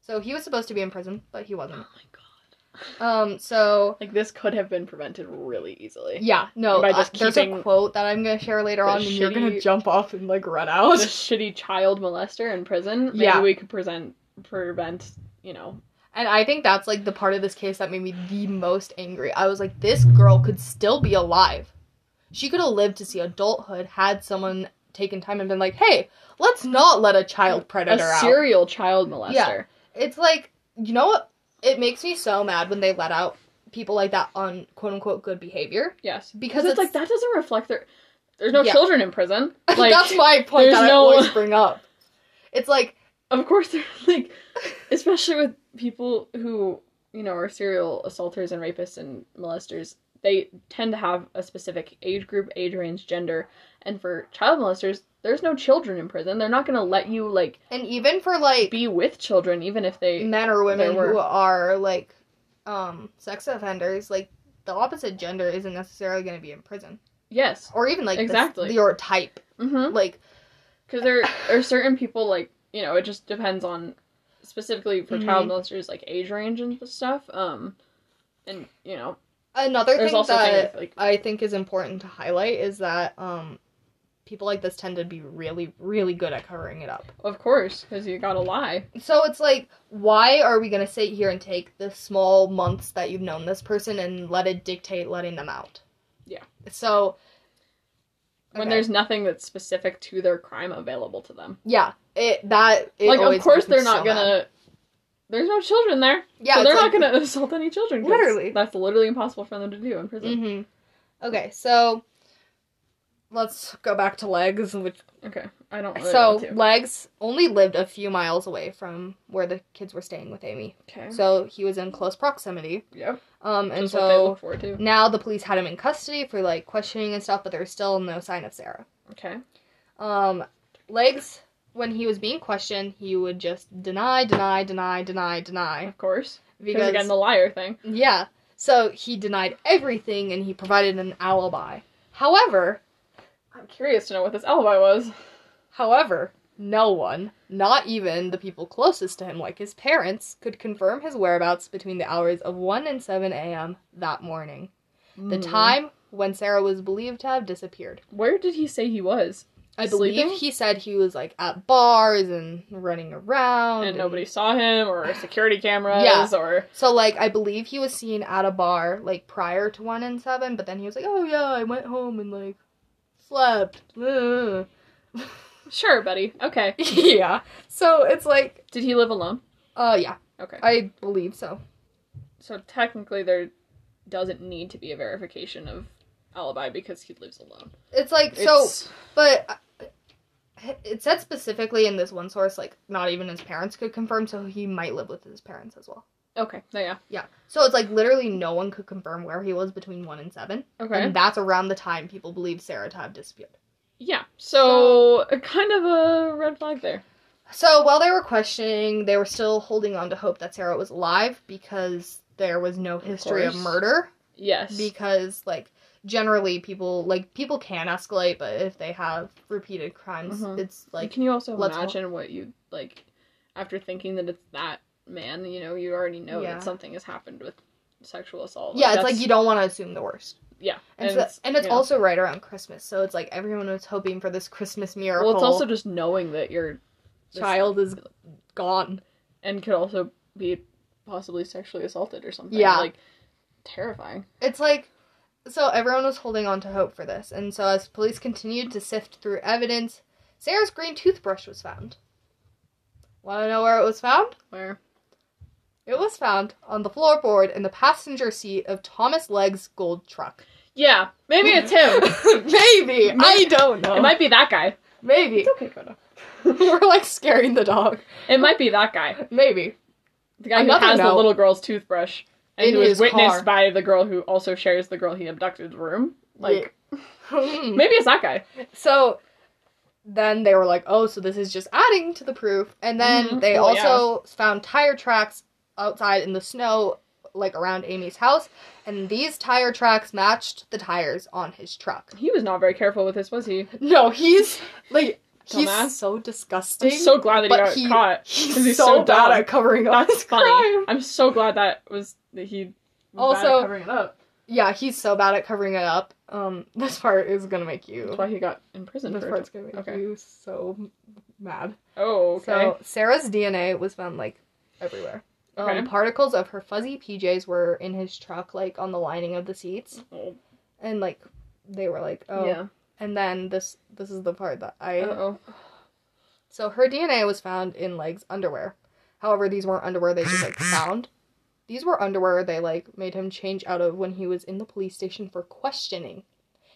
Speaker 1: So he was supposed to be in prison, but he
Speaker 2: oh my
Speaker 1: wasn't.
Speaker 2: god
Speaker 1: Um so
Speaker 2: like this could have been prevented really easily
Speaker 1: Yeah, no.
Speaker 2: By
Speaker 1: uh,
Speaker 2: just
Speaker 1: there's a
Speaker 2: keeping
Speaker 1: quote that I'm gonna share later
Speaker 2: the
Speaker 1: on, and you're gonna
Speaker 2: shitty-
Speaker 1: jump off and like run
Speaker 2: the <laughs>
Speaker 1: out.
Speaker 2: shitty child molester in prison maybe
Speaker 1: Yeah.
Speaker 2: we could present prevent you know
Speaker 1: And I think that's like the part of this case that made me the most angry. I was like, this girl could still be alive. She could have lived to see adulthood had someone taken time and been like, hey, let's not let a child predator
Speaker 2: a
Speaker 1: out.
Speaker 2: serial child molester
Speaker 1: Yeah. it's like, you know what? It makes me so mad when they let out people like that on quote unquote good behavior. <laughs>
Speaker 2: yes
Speaker 1: Because
Speaker 2: because it's,
Speaker 1: it's-
Speaker 2: like that doesn't reflect their there's no
Speaker 1: Yeah.
Speaker 2: children in prison
Speaker 1: <laughs>
Speaker 2: like
Speaker 1: that's my point
Speaker 2: there's
Speaker 1: that I
Speaker 2: no-
Speaker 1: always bring up. It's like,
Speaker 2: of course <laughs> they're like especially with people who you know are serial assaulters and rapists and molesters they tend to have a specific age group age range gender and for child molesters there's no children in prison they're not going to let you like
Speaker 1: and even for like
Speaker 2: be with children even if they
Speaker 1: men or women
Speaker 2: There were.
Speaker 1: who are like um sex offenders like the opposite gender isn't necessarily going to be in prison
Speaker 2: yes
Speaker 1: or even like the-
Speaker 2: Exactly. Mm-hmm.
Speaker 1: your type
Speaker 2: because
Speaker 1: like
Speaker 2: there are certain people like you know it just depends on specifically for child molesters like age range and stuff um and you know
Speaker 1: another
Speaker 2: there's
Speaker 1: thing
Speaker 2: also
Speaker 1: that
Speaker 2: things like
Speaker 1: i think is important to highlight is that um people like this tend to be really really good at covering it up
Speaker 2: of course because you gotta lie
Speaker 1: so it's like why are we going to sit here and take the small months that you've known this person and let it dictate letting them out
Speaker 2: Yeah.
Speaker 1: so
Speaker 2: when
Speaker 1: Okay.
Speaker 2: there's nothing that's specific to their crime available to them.
Speaker 1: yeah it that it
Speaker 2: like, of
Speaker 1: always
Speaker 2: course,
Speaker 1: makes me
Speaker 2: they're not
Speaker 1: so mad.
Speaker 2: gonna. There's no children there,
Speaker 1: yeah
Speaker 2: so
Speaker 1: it's
Speaker 2: they're
Speaker 1: like-
Speaker 2: not gonna <laughs> assault any children. 'cause
Speaker 1: Literally.
Speaker 2: that's literally impossible for them to do in prison.
Speaker 1: Mm-hmm. Okay, so Mm-hmm. let's go back to Legs, which
Speaker 2: Okay, I don't. Really
Speaker 1: Mm-hmm. so
Speaker 2: want to.
Speaker 1: Legs only lived a few miles away from where the kids were staying with Amy.
Speaker 2: okay,
Speaker 1: So he was in close proximity.
Speaker 2: yep.
Speaker 1: Um, and
Speaker 2: That's what they
Speaker 1: so
Speaker 2: look forward to.
Speaker 1: now the police had him in custody for like questioning and stuff, but there was still no sign of Sarah.
Speaker 2: Okay,
Speaker 1: Um, Legs, when he was being questioned, he would just deny, deny, deny, deny, deny.
Speaker 2: of course. Because
Speaker 1: Because
Speaker 2: again, the liar thing.
Speaker 1: yeah, so he denied everything and he provided an alibi. However,
Speaker 2: I'm curious to know what this alibi was.
Speaker 1: however, no one, not even the people closest to him, like his parents, could confirm his whereabouts between the hours of 1 and 7 a.m. that morning, the
Speaker 2: Mm.
Speaker 1: time when Sarah was believed to have disappeared.
Speaker 2: Where did he say he was?
Speaker 1: I believe
Speaker 2: Sleeping?
Speaker 1: he said he was like at bars and running around.
Speaker 2: And nobody saw him, or security cameras,
Speaker 1: Oh, Yeah.
Speaker 2: or
Speaker 1: So like I believe he was seen at a bar like prior to one and seven, but then he was like, "Oh yeah, I went home and like slept." Ugh."
Speaker 2: sure, buddy. Okay.
Speaker 1: <laughs> yeah. So it's like,
Speaker 2: Did he live alone?
Speaker 1: uh, yeah,
Speaker 2: Okay.
Speaker 1: I believe so.
Speaker 2: So technically, there doesn't need to be a verification of alibi because he lives alone.
Speaker 1: It's like so,
Speaker 2: It's-
Speaker 1: but uh, it said specifically in this one source like not even his parents could confirm, so he might live with his parents as well.
Speaker 2: okay. So yeah.
Speaker 1: Yeah. So it's like literally no one could confirm where he was between one and seven,
Speaker 2: Okay.
Speaker 1: and that's around the time people believe Sarah to have disappeared.
Speaker 2: yeah. So, a kind of a red flag there.
Speaker 1: So while they were questioning, they were still holding on to hope that Sarah was alive because there was no history of,
Speaker 2: course.
Speaker 1: murder.
Speaker 2: Yes.
Speaker 1: Because like generally people like people can escalate, but if they have repeated crimes,
Speaker 2: Mhm.
Speaker 1: it's like
Speaker 2: can you also
Speaker 1: let's ho-
Speaker 2: imagine what you like after thinking that it's that man? You know, you already know
Speaker 1: Yeah.
Speaker 2: that something has happened with sexual assault.
Speaker 1: yeah, it's like
Speaker 2: that's-
Speaker 1: you don't want to assume the worst.
Speaker 2: Yeah,
Speaker 1: And, so, and it's
Speaker 2: yeah.
Speaker 1: also right around Christmas, so it's like everyone was hoping for this Christmas miracle.
Speaker 2: well, it's also just knowing that your this-
Speaker 1: child is gone.
Speaker 2: and could also be possibly sexually assaulted or something.
Speaker 1: Yeah.
Speaker 2: like terrifying.
Speaker 1: It's like so everyone was holding on to hope for this, and so as police continued to sift through evidence, Sarah's green toothbrush was found. Want to know where it was found?
Speaker 2: Where
Speaker 1: It was found on the floorboard in the passenger seat of Thomas Legg's gold truck.
Speaker 2: yeah, maybe it's him.
Speaker 1: <laughs> Maybe I don't know.
Speaker 2: It might be that guy.
Speaker 1: Maybe <laughs>
Speaker 2: It's okay, Koda.
Speaker 1: we're like scaring the dog.
Speaker 2: It might be that guy.
Speaker 1: Maybe
Speaker 2: The guy
Speaker 1: Another
Speaker 2: who has the
Speaker 1: note.
Speaker 2: little girl's toothbrush and
Speaker 1: In
Speaker 2: who
Speaker 1: his
Speaker 2: is witnessed
Speaker 1: car.
Speaker 2: by the girl who also shares the girl he abducted's room. Like
Speaker 1: Hmm.
Speaker 2: maybe it's that guy.
Speaker 1: So then they were like, oh, so this is just adding to the proof. And then
Speaker 2: Mhm.
Speaker 1: they
Speaker 2: Well,
Speaker 1: also found tire tracks outside in the snow, like around Amy's house. And these tire tracks matched the tires on his truck.
Speaker 2: He was not very careful with this, was he?
Speaker 1: No, he's <laughs> like, he's
Speaker 2: Dumbass.
Speaker 1: so disgusting.
Speaker 2: I'm so glad that he
Speaker 1: But
Speaker 2: got
Speaker 1: he-
Speaker 2: caught.
Speaker 1: <laughs>
Speaker 2: 'cause
Speaker 1: he's,
Speaker 2: he's
Speaker 1: so,
Speaker 2: so
Speaker 1: bad
Speaker 2: dumb.
Speaker 1: at covering up
Speaker 2: That's
Speaker 1: his crime.
Speaker 2: funny. I'm so glad that was that he was bad at
Speaker 1: Also-
Speaker 2: covering it up.
Speaker 1: Yeah, he's so bad at covering it up. Um, <laughs> this part is gonna make you.
Speaker 2: That's why he got in prison
Speaker 1: This
Speaker 2: for
Speaker 1: part's
Speaker 2: it.
Speaker 1: gonna make
Speaker 2: Okay.
Speaker 1: you so mad.
Speaker 2: Oh, okay.
Speaker 1: So Sarah's DNA was found like everywhere.
Speaker 2: Okay.
Speaker 1: Um, particles of her fuzzy PJs were in his truck, like on the lining of the seats,
Speaker 2: Oh,
Speaker 1: and like they were like, oh.
Speaker 2: Yeah.
Speaker 1: And then this this is the part that I
Speaker 2: Uh-oh.
Speaker 1: so her DNA was found in Leg's underwear. However, these weren't underwear they just like found. These were underwear they like made him change out of when he was in the police station for questioning.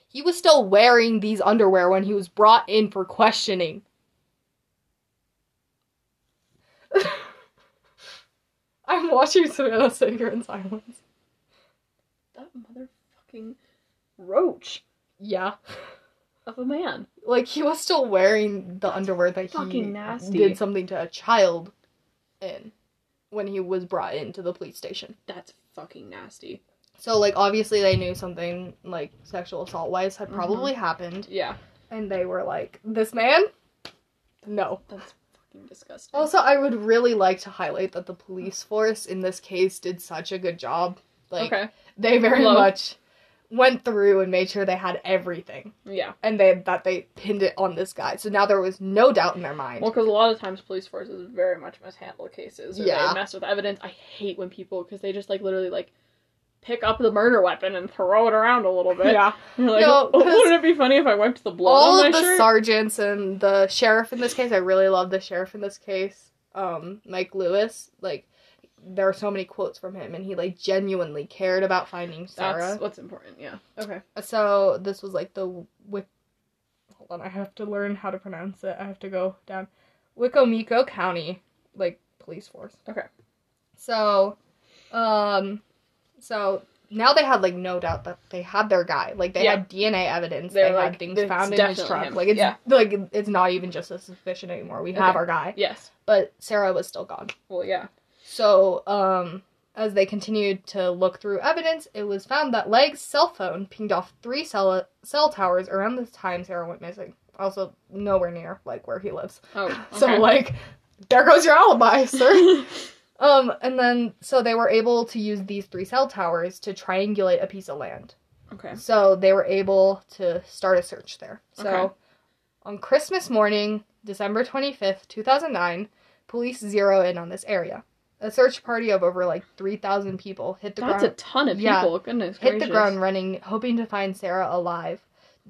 Speaker 1: He was still wearing these underwear when he was brought in for questioning. <laughs> I'm watching Savannah sit here in silence.
Speaker 2: That motherfucking roach
Speaker 1: Yeah.
Speaker 2: of a man.
Speaker 1: Like he was still wearing the underwear that he
Speaker 2: Fucking nasty.
Speaker 1: did something to a child in when he was brought into the police station.
Speaker 2: That's fucking nasty.
Speaker 1: So like obviously they knew something like sexual assault wise had probably happened
Speaker 2: Yeah.
Speaker 1: Mm-hmm. and they were like this man no.
Speaker 2: That's fucking disgusting.
Speaker 1: Also I would really like to highlight that the police force in this case did such a good job. Like
Speaker 2: okay.
Speaker 1: they very
Speaker 2: Hello.
Speaker 1: much went through and made sure they had everything
Speaker 2: Yeah.
Speaker 1: and they that they pinned it on this guy. So now there was no doubt in their mind.
Speaker 2: Well, because a lot of times police forces very much mishandle cases. Or
Speaker 1: Yeah.
Speaker 2: They mess with evidence. I hate when people because they just like literally like pick up the murder weapon and throw it around a little bit.
Speaker 1: yeah.
Speaker 2: And you're <laughs> like,
Speaker 1: No,
Speaker 2: "Oh,
Speaker 1: 'cause
Speaker 2: wouldn't it be funny if I wiped the blood
Speaker 1: all
Speaker 2: on my
Speaker 1: of the
Speaker 2: shirt?
Speaker 1: sergeants and the sheriff in this case i really love the sheriff in this case um mike lewis like there are so many quotes from him and he like genuinely cared about finding
Speaker 2: That's
Speaker 1: sarah
Speaker 2: what's important. Yeah. Okay.
Speaker 1: so this was like the w- hold on, I have to learn how to pronounce it. I have to go down. Wicomico County, like police force.
Speaker 2: Okay.
Speaker 1: So, um, so now they had like no doubt that they had their guy. Like they
Speaker 2: Yeah.
Speaker 1: had DNA evidence.
Speaker 2: They
Speaker 1: They,
Speaker 2: were
Speaker 1: had
Speaker 2: like,
Speaker 1: things
Speaker 2: "It's
Speaker 1: found in his
Speaker 2: definitely
Speaker 1: truck.
Speaker 2: him."
Speaker 1: Like it's
Speaker 2: Yeah.
Speaker 1: like it's not even just a suspicion anymore. We have
Speaker 2: Okay.
Speaker 1: our guy.
Speaker 2: Yes.
Speaker 1: But Sarah was still gone.
Speaker 2: Well, yeah.
Speaker 1: So, um, as they continued to look through evidence, it was found that Leg's cell phone pinged off three cell cell towers around the time Sarah went missing. Also, nowhere near like where he lives. <laughs>
Speaker 2: Oh.
Speaker 1: So,
Speaker 2: okay. <laughs>
Speaker 1: like, there goes your alibi, <laughs> sir. um, and then so they were able to use these three cell towers to triangulate a piece of land.
Speaker 2: okay.
Speaker 1: So they were able to start a search there. So
Speaker 2: Okay.
Speaker 1: on Christmas morning, December 25th, 2009, police zero in on this area. A search party of over like 3,000 people hit the
Speaker 2: That's a
Speaker 1: ground
Speaker 2: ton of
Speaker 1: Yeah.
Speaker 2: people. Goodness
Speaker 1: hit
Speaker 2: gracious.
Speaker 1: the ground running hoping to find Sarah alive.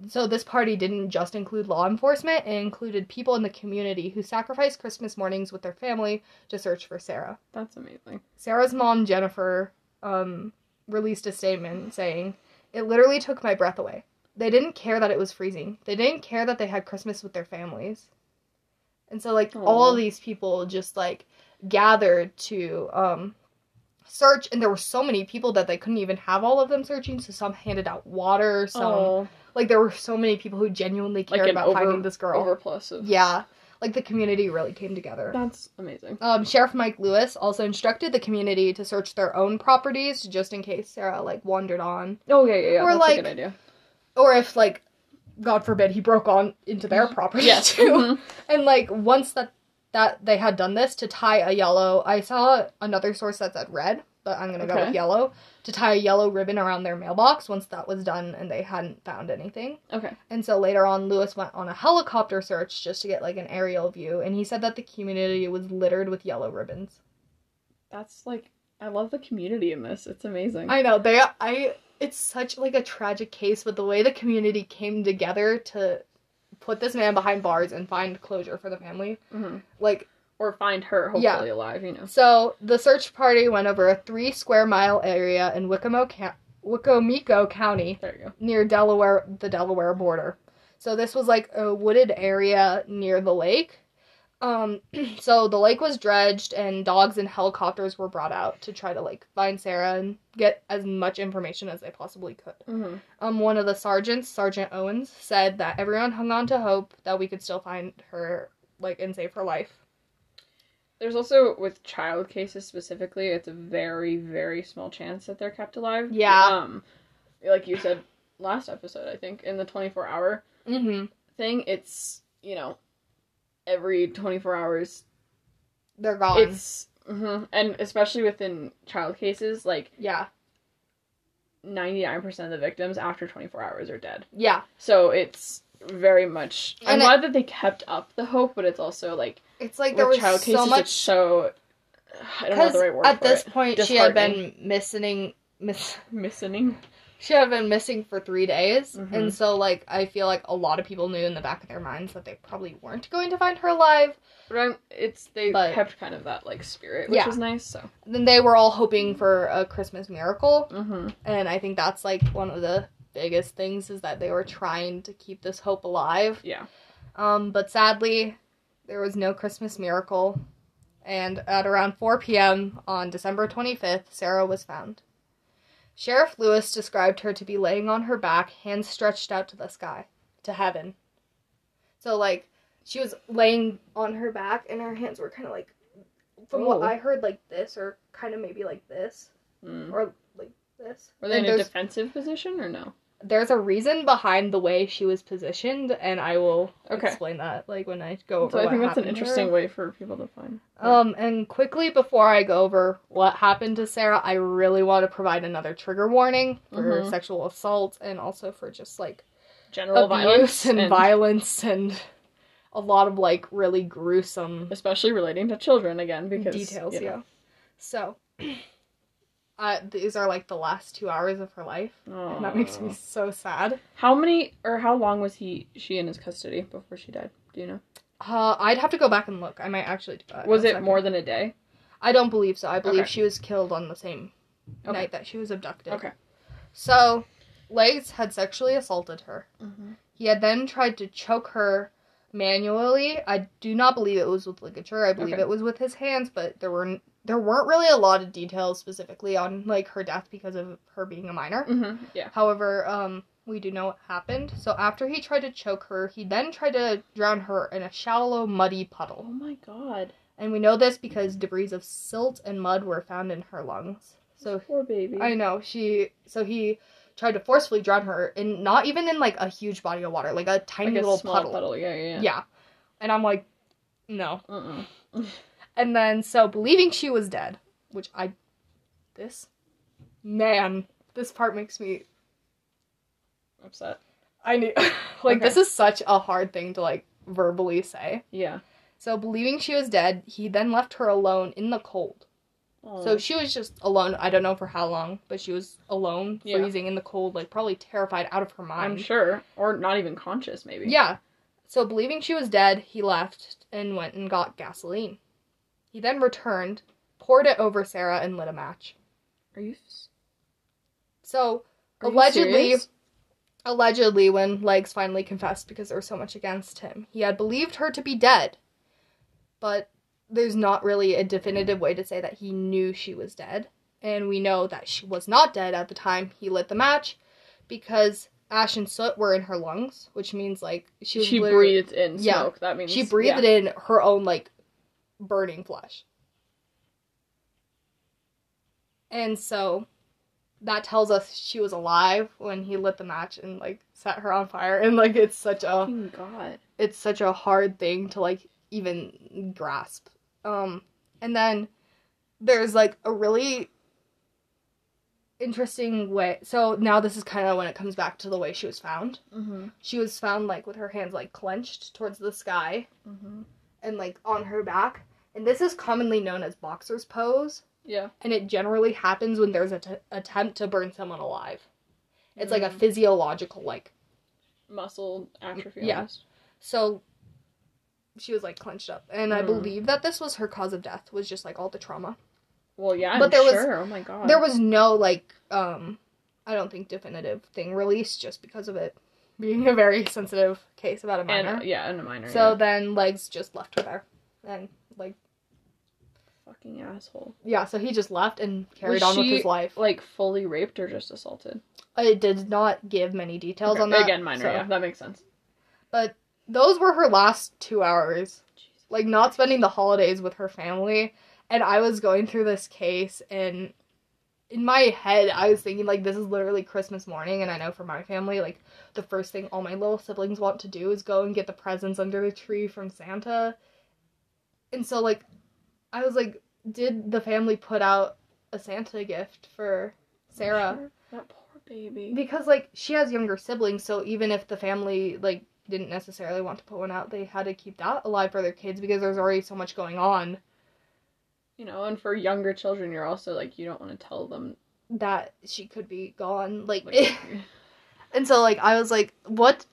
Speaker 1: So this party didn't just include law enforcement, it included people in the community who sacrificed Christmas mornings with their family to search for Sarah.
Speaker 2: That's amazing.
Speaker 1: Sarah's mom, Jennifer, um, released a statement saying, It literally took my breath away. They didn't care that it was freezing. They didn't care that they had Christmas with their families. And so, like, all
Speaker 2: Aw.
Speaker 1: these people just, like, gathered to um, search, and there were so many people that they couldn't even have all of them searching, so some handed out water, some.
Speaker 2: oh,
Speaker 1: Like, there were so many people who genuinely
Speaker 2: Like
Speaker 1: cared
Speaker 2: an
Speaker 1: about
Speaker 2: over-
Speaker 1: finding this girl.
Speaker 2: overplus of.
Speaker 1: Yeah. Like, the community really came together.
Speaker 2: That's amazing.
Speaker 1: Um, Sheriff Mike Lewis also instructed the community to search their own properties just in case Sarah like wandered on,
Speaker 2: Oh yeah, yeah, yeah.
Speaker 1: Or,
Speaker 2: That's
Speaker 1: like,
Speaker 2: a
Speaker 1: <laughs>
Speaker 2: good idea.
Speaker 1: or if like, God forbid, he broke on into their property
Speaker 2: Yes.
Speaker 1: too. <laughs>
Speaker 2: Mhm.
Speaker 1: and like once that that they had done this to tie a yellow, I saw another source that said red, but I'm gonna go
Speaker 2: Okay.
Speaker 1: with yellow to tie a yellow ribbon around their mailbox. Once that was done and they hadn't found anything,
Speaker 2: Okay.
Speaker 1: and so later on, Lewis went on a helicopter search just to get like an aerial view, and he said that the community was littered with yellow ribbons.
Speaker 2: That's like I love the community in this. It's amazing.
Speaker 1: I know they. I. It's such like a tragic case, but the way the community came together to put this man behind bars and find closure for the family,
Speaker 2: Mhm.
Speaker 1: like
Speaker 2: Or find her hopefully
Speaker 1: Mm-hmm. Yeah.
Speaker 2: alive. You know.
Speaker 1: so. The search party went over a three square mile area in Wicomo Ca- Wicomico County
Speaker 2: There you go.
Speaker 1: near Delaware, the Delaware border. So this was like a wooded area near the lake. Um, <clears throat> so the lake was dredged, and dogs and helicopters were brought out to try to like find Sarah and get as much information as they possibly could.
Speaker 2: Mm-hmm.
Speaker 1: Um, one of the sergeants, Sergeant Owens, said that everyone hung on to hope that we could still find her, like, and save her life.
Speaker 2: There's also with child cases specifically, it's a very very small chance that they're kept alive.
Speaker 1: Yeah.
Speaker 2: Um, like you said last episode, I think in the 24 hour
Speaker 1: Mm-hmm.
Speaker 2: thing, it's you know every 24 hours
Speaker 1: They're gone.
Speaker 2: it's mhm. and especially within child cases like
Speaker 1: yeah,
Speaker 2: 99% of the victims after 24 hours are dead
Speaker 1: yeah.
Speaker 2: so it's very much i'm
Speaker 1: And it-
Speaker 2: glad that they kept up the hope but it's also like,
Speaker 1: It's like there
Speaker 2: with
Speaker 1: was
Speaker 2: child
Speaker 1: so
Speaker 2: cases
Speaker 1: much.
Speaker 2: it's so i don't know the right word
Speaker 1: at
Speaker 2: for
Speaker 1: this
Speaker 2: it
Speaker 1: point, she had been missing. Miss, <laughs>
Speaker 2: missing
Speaker 1: she had been missing for three days,
Speaker 2: Mhm.
Speaker 1: and so like I feel like a lot of people knew in the back of their minds that they probably weren't going to find her alive.
Speaker 2: but I'm, it's they
Speaker 1: But-
Speaker 2: kept kind of that like spirit which
Speaker 1: Yeah.
Speaker 2: was nice so
Speaker 1: Then they were all hoping for a Christmas miracle,
Speaker 2: mm-hmm.
Speaker 1: and I think that's like one of the biggest things is that they were trying to keep this hope alive.
Speaker 2: yeah
Speaker 1: Um, but sadly, there was no Christmas miracle. And at around 4 p.m. on December 25th, Sarah was found. Sheriff Lewis described her to be laying on her back, hands stretched out to the sky, to heaven. So, like, she was laying on her back, and her hands were kind of like, from what
Speaker 2: Ooh.
Speaker 1: I heard, like this, or kind of maybe like this,
Speaker 2: mm.
Speaker 1: or like this.
Speaker 2: were they
Speaker 1: And
Speaker 2: in a
Speaker 1: there's,
Speaker 2: defensive position or no
Speaker 1: there's a reason behind the way she was positioned, and I will
Speaker 2: Okay.
Speaker 1: explain that, like, when I go over
Speaker 2: so i
Speaker 1: what
Speaker 2: think that's an
Speaker 1: happened to her.
Speaker 2: interesting way for people to find
Speaker 1: Um, and quickly before I go over what happened to Sarah, I really want to provide another trigger warning for
Speaker 2: Mhm.
Speaker 1: sexual assault and also for just like
Speaker 2: general
Speaker 1: abuse
Speaker 2: violence
Speaker 1: and, <laughs> violence and a lot of like really gruesome
Speaker 2: especially relating to children again because
Speaker 1: details.
Speaker 2: you know.
Speaker 1: Yeah. So, <clears throat> uh, these are like the last two hours of her life, and <laughs> that makes me
Speaker 2: Aw.
Speaker 1: so sad.
Speaker 2: How many or how long was he she in his custody before she died? Do you know?
Speaker 1: Uh, I'd have to go back and look. I might actually do that. in
Speaker 2: was
Speaker 1: a
Speaker 2: it
Speaker 1: second.
Speaker 2: more than a day?
Speaker 1: I don't believe so. I believe
Speaker 2: Okay.
Speaker 1: she was killed on the same
Speaker 2: Okay.
Speaker 1: night that she was abducted.
Speaker 2: Okay.
Speaker 1: So, Legs had sexually assaulted her. He had then tried to choke her manually. I do not believe it was with ligature. I believe
Speaker 2: Okay.
Speaker 1: it was with his hands, but there were there weren't really a lot of details specifically on like her death because of her being a minor.
Speaker 2: Mm-hmm. Yeah.
Speaker 1: However, um, we do know what happened. So after he tried to choke her, he then tried to drown her in a shallow, muddy
Speaker 2: Oh
Speaker 1: puddle.
Speaker 2: my god.
Speaker 1: And we know this because debris of silt and mud were found in her lungs. So
Speaker 2: poor baby.
Speaker 1: I know she. So he tried to forcefully drown her in not even in like a huge body of water, like a tiny
Speaker 2: like a
Speaker 1: little
Speaker 2: small
Speaker 1: puddle.
Speaker 2: puddle. Yeah, yeah. Uh-uh.
Speaker 1: Yeah. And I'm like, no.
Speaker 2: Mm-mm.
Speaker 1: And then so believing she was dead, which I, this, man, this part makes me
Speaker 2: Upset.
Speaker 1: I knew. <laughs> like,
Speaker 2: Okay.
Speaker 1: this is such a hard thing to, like, verbally say.
Speaker 2: Yeah.
Speaker 1: So, believing she was dead, he then left her alone in the cold. So,
Speaker 2: Aw.
Speaker 1: she was just alone. I don't know for how long, but she was alone,
Speaker 2: Yeah.
Speaker 1: freezing in the cold, like, probably terrified out of her mind.
Speaker 2: I'm sure, or not even conscious, maybe.
Speaker 1: Yeah. So, believing she was dead, he left and went and got gasoline. He then returned, poured it over Sarah, and lit a match.
Speaker 2: Are you? s-
Speaker 1: So,
Speaker 2: are you
Speaker 1: Allegedly-
Speaker 2: serious?
Speaker 1: Allegedly, when Legs finally confessed because there was so much against him, he had believed her to be dead. But there's not really a definitive way to say that he knew she was dead. And we know that she was not dead at the time he lit the match because ash and soot were in her lungs, which means like she, was
Speaker 2: she
Speaker 1: literally-
Speaker 2: breathed in
Speaker 1: Yeah.
Speaker 2: smoke. That means
Speaker 1: She breathed
Speaker 2: yeah.
Speaker 1: in her own like burning flesh. And so that tells us she was alive when he lit the match and like set her on fire and like it's such a
Speaker 2: Fucking God.
Speaker 1: it's such a hard thing to like even grasp. Um and then there's like a really interesting way. So now this is kind of when it comes back to the way she was found.
Speaker 2: Mm-hmm.
Speaker 1: She was found like with her hands like clenched towards the sky
Speaker 2: Mm-hmm.
Speaker 1: and like on her back. And this is commonly known as boxer's pose,
Speaker 2: Yeah.
Speaker 1: and it generally happens when there's an attempt to burn someone alive. It's like a
Speaker 2: Mm.
Speaker 1: physiological like.
Speaker 2: Mm-hmm. muscle atrophy.
Speaker 1: Yeah.
Speaker 2: Almost.
Speaker 1: So she was like clenched up, and I
Speaker 2: Mm.
Speaker 1: believe that this was her cause of death was just like all the trauma.
Speaker 2: Well, yeah.
Speaker 1: But
Speaker 2: I'm
Speaker 1: there was-
Speaker 2: sure. Oh my God.
Speaker 1: There was no like um I don't think definitive thing released just because of it being a very sensitive case about a
Speaker 2: and
Speaker 1: minor.
Speaker 2: yeah, and a minor.
Speaker 1: so
Speaker 2: yeah.
Speaker 1: then legs just left her there. And like
Speaker 2: fucking asshole.
Speaker 1: yeah, so he just left and carried
Speaker 2: Was
Speaker 1: on with
Speaker 2: she,
Speaker 1: his life.
Speaker 2: Like fully raped or just assaulted.
Speaker 1: It did not give many details
Speaker 2: Okay,
Speaker 1: on that.
Speaker 2: Again, minor.
Speaker 1: so-
Speaker 2: Yeah, that makes sense.
Speaker 1: But those were her last two hours.
Speaker 2: Jesus.
Speaker 1: Like, not spending the holidays with her family. And I was going through this case, and in my head, I was thinking, like, this is literally Christmas morning. And I know for my family, like, the first thing all my little siblings want to do is go and get the presents under the tree from Santa. And so, like, I was like, did the family put out a Santa gift for Sarah?
Speaker 2: Sure. That poor baby.
Speaker 1: because like she has younger siblings so even if the family like didn't necessarily want to put one out they had to keep that alive for their kids because there's already so much going on
Speaker 2: you know, and for younger children, you're also like you don't want to tell them.
Speaker 1: that she could be gone like
Speaker 2: Like,
Speaker 1: <laughs> and so like i was like what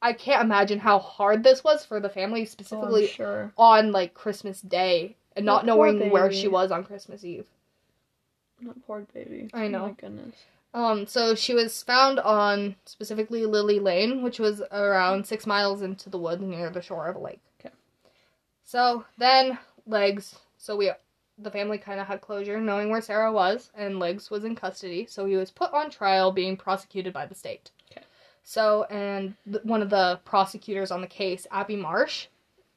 Speaker 1: i can't imagine how hard this was for the family
Speaker 2: oh, I'm <laughs>
Speaker 1: specifically
Speaker 2: sure.
Speaker 1: on like christmas day and not
Speaker 2: Poor
Speaker 1: knowing where
Speaker 2: baby.
Speaker 1: she was on christmas eve
Speaker 2: That poor baby.
Speaker 1: I
Speaker 2: Oh
Speaker 1: know.
Speaker 2: my goodness.
Speaker 1: um so she was found on specifically lily lane which was around six miles into the woods near the shore of a lake
Speaker 2: Okay.
Speaker 1: So then Legs, so we the family kind of had closure knowing where Sarah was and Legs was in custody, so he was put on trial being prosecuted by the state.
Speaker 2: Okay.
Speaker 1: So and th- one of the prosecutors on the case, Abby Marsh,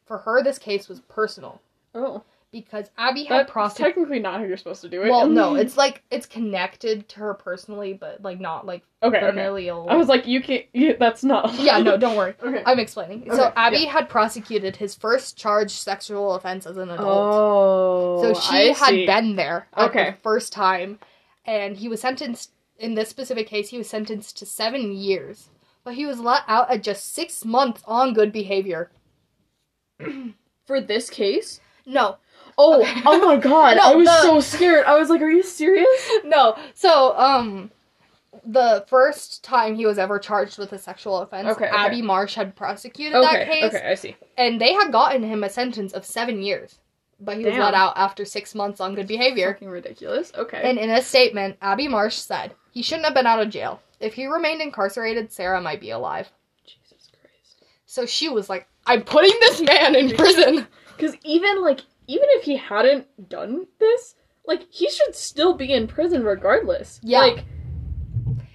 Speaker 1: for her this case was personal
Speaker 2: Oh,
Speaker 1: because Abby had
Speaker 2: that's
Speaker 1: prosecuted
Speaker 2: technically not how you're supposed to do it.
Speaker 1: well,
Speaker 2: <laughs>
Speaker 1: no, it's like it's connected to her personally, but like not like
Speaker 2: okay. Oh. okay.
Speaker 1: familial.
Speaker 2: I was like, you can't. <laughs> You, that's not.
Speaker 1: yeah, no, don't worry.
Speaker 2: <laughs> Okay.
Speaker 1: I'm explaining. so
Speaker 2: Okay,
Speaker 1: Abby had prosecuted his first charged sexual offense as an adult.
Speaker 2: oh.
Speaker 1: So she
Speaker 2: I
Speaker 1: had
Speaker 2: see.
Speaker 1: been there at
Speaker 2: Okay.
Speaker 1: the first time, and he was sentenced. In this specific case, he was sentenced to seven years, but he was let out at just six months on good behavior.
Speaker 2: for this case.
Speaker 1: No, <laughs>
Speaker 2: Oh,
Speaker 1: Okay.
Speaker 2: oh my god!
Speaker 1: No,
Speaker 2: I was
Speaker 1: the-
Speaker 2: so scared. I was like, "Are you serious?"
Speaker 1: no. So, um, the first time he was ever charged with a sexual offense,
Speaker 2: Okay, okay.
Speaker 1: Abby Marsh had prosecuted that
Speaker 2: Okay,
Speaker 1: case,
Speaker 2: okay, I see.
Speaker 1: and they had gotten him a sentence of seven years, but he was
Speaker 2: Damn.
Speaker 1: let out after six months on good behavior.
Speaker 2: Fucking ridiculous. Okay.
Speaker 1: And in a statement, Abby Marsh said, He shouldn't have been out of jail. If he remained incarcerated, Sarah might be alive.
Speaker 2: Jesus
Speaker 1: So she was like, I'm putting this man in prison.
Speaker 2: Because even like even if he hadn't done this, like he should still be in prison regardless.
Speaker 1: Yeah.
Speaker 2: Like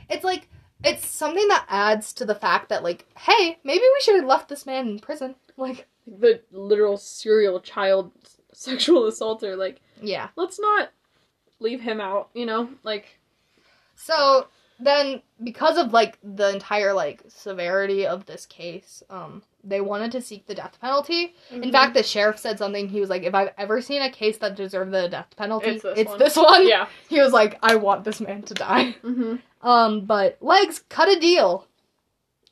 Speaker 1: It's like, it's something that adds to the fact that, like, hey, maybe we should have left this man in prison. Like,
Speaker 2: the literal serial child s- sexual assaulter. Like
Speaker 1: yeah.
Speaker 2: let's not leave him out. You know, like
Speaker 1: So then, because of like the entire like severity of this case, um, they wanted to seek the death penalty.
Speaker 2: Mm-hmm.
Speaker 1: In fact, the sheriff said something. He was like, "If I've ever seen a case that deserved the death penalty,
Speaker 2: It's
Speaker 1: it's
Speaker 2: this
Speaker 1: this,
Speaker 2: one."
Speaker 1: one.
Speaker 2: mm-hmm. yeah.
Speaker 1: <laughs> He was like, "I want this man to die."
Speaker 2: Mm-hmm.
Speaker 1: Um, but legs cut a deal.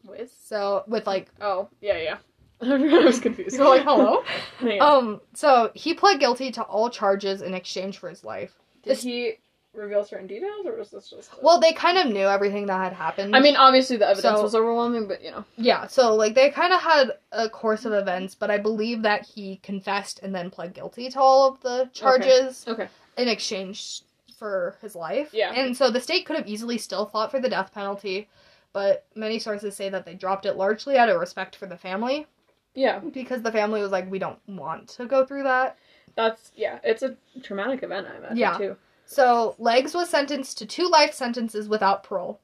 Speaker 2: Wiz.
Speaker 1: So with like,
Speaker 2: Oh yeah yeah. <laughs> I was confused.
Speaker 1: so like, <laughs> hello.
Speaker 2: <laughs> Yeah.
Speaker 1: um, so he pled guilty to all charges in exchange for his life.
Speaker 2: Did he reveal certain details, or was this just? a-
Speaker 1: Well, they kind of knew everything that had happened.
Speaker 2: I mean, obviously the evidence
Speaker 1: So-
Speaker 2: was overwhelming, but you know.
Speaker 1: yeah. So like, they kind of had a course of events, but I believe that he confessed and then pled guilty to all of the charges.
Speaker 2: Okay.
Speaker 1: in exchange for his life.
Speaker 2: Yeah.
Speaker 1: And so the state could have easily still fought for the death penalty, but many sources say that they dropped it largely out of respect for the family
Speaker 2: Yeah,
Speaker 1: because the family was like, we don't want to go through that.
Speaker 2: that's yeah. It's a traumatic event, I imagine
Speaker 1: Yeah.
Speaker 2: too.
Speaker 1: So Legs was sentenced to two life sentences without parole.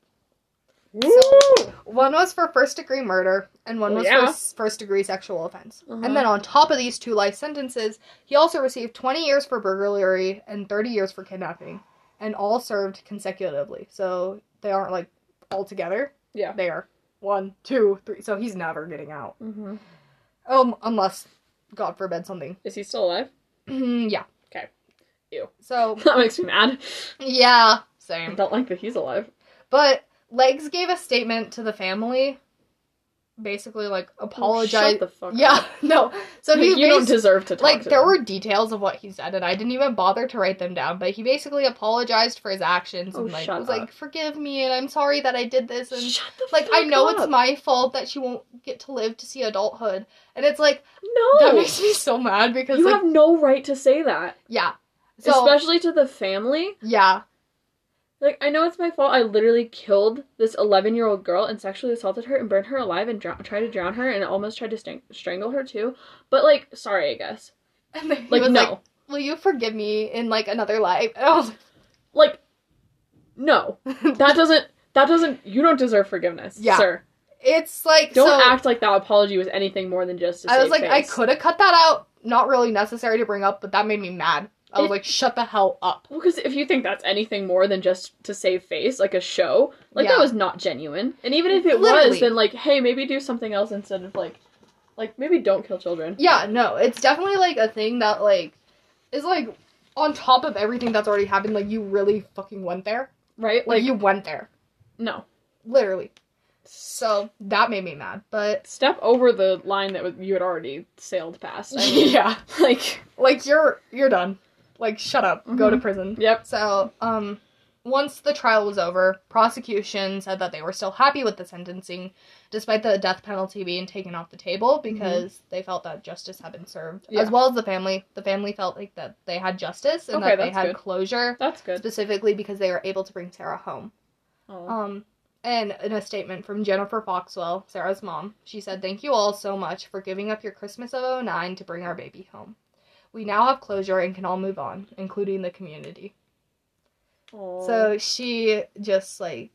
Speaker 2: So,
Speaker 1: One was for first degree murder, and one
Speaker 2: Well,
Speaker 1: was
Speaker 2: Oh, yeah.
Speaker 1: for s- first degree sexual offense.
Speaker 2: Uh-huh.
Speaker 1: And then on top of these two life sentences, he also received 20 years for burglary and 30 years for kidnapping, and all served consecutively. So they aren't like all together.
Speaker 2: Yeah.
Speaker 1: They are one, two, three. So he's never getting out.
Speaker 2: Mhm.
Speaker 1: Um, unless, God forbid, something. <clears throat>
Speaker 2: is he still alive? <laughs>
Speaker 1: yeah.
Speaker 2: Okay. Ew.
Speaker 1: So,
Speaker 2: That makes me mad.
Speaker 1: yeah,
Speaker 2: I
Speaker 1: same.
Speaker 2: don't like that he's alive.
Speaker 1: But Legs gave a statement to the family, basically like
Speaker 2: Oh,
Speaker 1: apologize.
Speaker 2: shut the fuck
Speaker 1: Yeah, <laughs>
Speaker 2: up.
Speaker 1: no. So he
Speaker 2: <laughs> you don't
Speaker 1: basi-
Speaker 2: deserve to talk
Speaker 1: like
Speaker 2: to
Speaker 1: there
Speaker 2: them.
Speaker 1: were details of what he said, and I didn't even bother to write them down. But he basically apologized for his actions
Speaker 2: Oh,
Speaker 1: and like
Speaker 2: shut
Speaker 1: was
Speaker 2: up.
Speaker 1: like, "Forgive me, and I'm sorry that I did this." And
Speaker 2: Shut the
Speaker 1: like, I
Speaker 2: fuck
Speaker 1: know
Speaker 2: up.
Speaker 1: it's my fault that she won't get to live to see adulthood, and it's like
Speaker 2: No.
Speaker 1: that makes me so mad because
Speaker 2: you
Speaker 1: like
Speaker 2: have no right to say that,
Speaker 1: yeah, so
Speaker 2: especially to the family.
Speaker 1: yeah,
Speaker 2: Like, I know it's my fault. I literally killed this 11 year old girl and sexually assaulted her and burned her alive and drown- tried to drown her and almost tried to stang- strangle her too. But, like, sorry, I guess.
Speaker 1: and then he
Speaker 2: Like,
Speaker 1: was
Speaker 2: no.
Speaker 1: like, "Will you forgive me in like another
Speaker 2: <laughs>
Speaker 1: life?" And I was
Speaker 2: like, no.
Speaker 1: like,
Speaker 2: That doesn't, that doesn't, you don't deserve forgiveness,
Speaker 1: Yeah.
Speaker 2: sir.
Speaker 1: "It's like
Speaker 2: Don't
Speaker 1: so-
Speaker 2: act like that apology was anything more than just a
Speaker 1: I was
Speaker 2: save
Speaker 1: like, I
Speaker 2: face.
Speaker 1: could have cut that out. Not really necessary to bring up, but that made me mad. I was
Speaker 2: It-
Speaker 1: like, shut the hell up.
Speaker 2: Well, because if you think that's anything more than just to save face, like a show, like
Speaker 1: Yeah.
Speaker 2: that was not genuine. And even if it was,
Speaker 1: Literally.
Speaker 2: then like, hey, maybe do something else instead of like, like maybe don't kill children.
Speaker 1: Yeah, no, it's definitely like a thing that like is like on top of everything that's already happened. Like you really fucking went there.
Speaker 2: Right?
Speaker 1: Like
Speaker 2: Like,
Speaker 1: you went there,
Speaker 2: no.
Speaker 1: literally. So that made me mad, but
Speaker 2: step over the line that was- you had already sailed past.
Speaker 1: <laughs>
Speaker 2: I mean,
Speaker 1: yeah,
Speaker 2: <laughs> like,
Speaker 1: like you're you're done. Like shut up, go to
Speaker 2: Mhm.
Speaker 1: prison.
Speaker 2: yep.
Speaker 1: So um, once the trial was over, prosecution said that they were still happy with the sentencing, despite the death penalty being taken off the table because they felt that justice had been served,
Speaker 2: Mm-hmm. Yeah.
Speaker 1: as well as the family. The family felt like that they had justice and
Speaker 2: Okay,
Speaker 1: that they
Speaker 2: that's
Speaker 1: had
Speaker 2: good.
Speaker 1: closure.
Speaker 2: That's good.
Speaker 1: specifically because they were able to bring Sarah home.
Speaker 2: Aw.
Speaker 1: Um, and in a statement from Jennifer Foxwell, Sarah's mom, she said, Thank you all so much for giving up your Christmas of 09 to bring our baby home. We now have closure and can all move on, including the community.
Speaker 2: Aw.
Speaker 1: So she just like,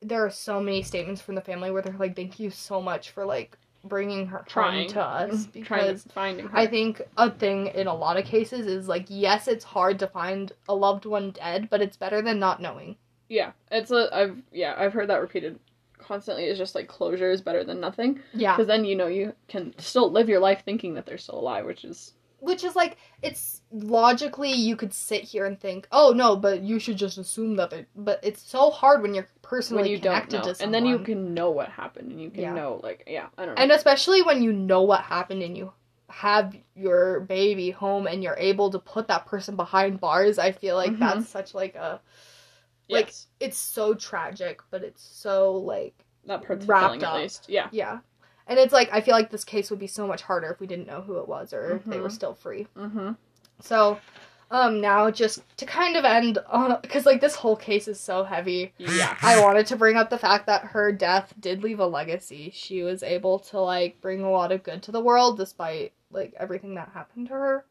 Speaker 1: there are so many statements from the family where they're like, Thank you so much for like bringing her
Speaker 2: Trying.
Speaker 1: home to us.
Speaker 2: Mhm. trying
Speaker 1: Because
Speaker 2: to finding her.
Speaker 1: I think a thing in a lot of cases is like, yes, it's hard to find a loved one dead, but it's better than not knowing.
Speaker 2: yeah, it's a. I've yeah, I've heard that repeated constantly. It's just like closure is better than nothing
Speaker 1: Yeah.
Speaker 2: because then you know you can still live your life thinking that they're still alive, which is
Speaker 1: which is like it's logically you could sit here and think oh no but you should just assume that it but it's so hard when you're personally
Speaker 2: when you don't
Speaker 1: connected
Speaker 2: know.
Speaker 1: to
Speaker 2: And
Speaker 1: someone
Speaker 2: then you can know what happened, and you can
Speaker 1: Yeah.
Speaker 2: know like yeah, I don't know.
Speaker 1: and especially when you know what happened and you have your baby home and you're able to put that person behind bars i feel like
Speaker 2: Mhm.
Speaker 1: that's such like a like-
Speaker 2: Yes,
Speaker 1: it's so tragic but it's so like
Speaker 2: that part's
Speaker 1: wrapped
Speaker 2: fulfilling at
Speaker 1: up.
Speaker 2: least. Yeah,
Speaker 1: yeah and it's like i feel like this case would be so much harder if we didn't know who it was or if they
Speaker 2: Mhm.
Speaker 1: were still free
Speaker 2: mm-hmm.
Speaker 1: So, Um, now just to kind of end on, because like this whole case is so heavy.
Speaker 2: Yeah.
Speaker 1: I wanted to bring up the fact that her death did leave a legacy. She was able to like bring a lot of good to the world despite like everything that happened to her.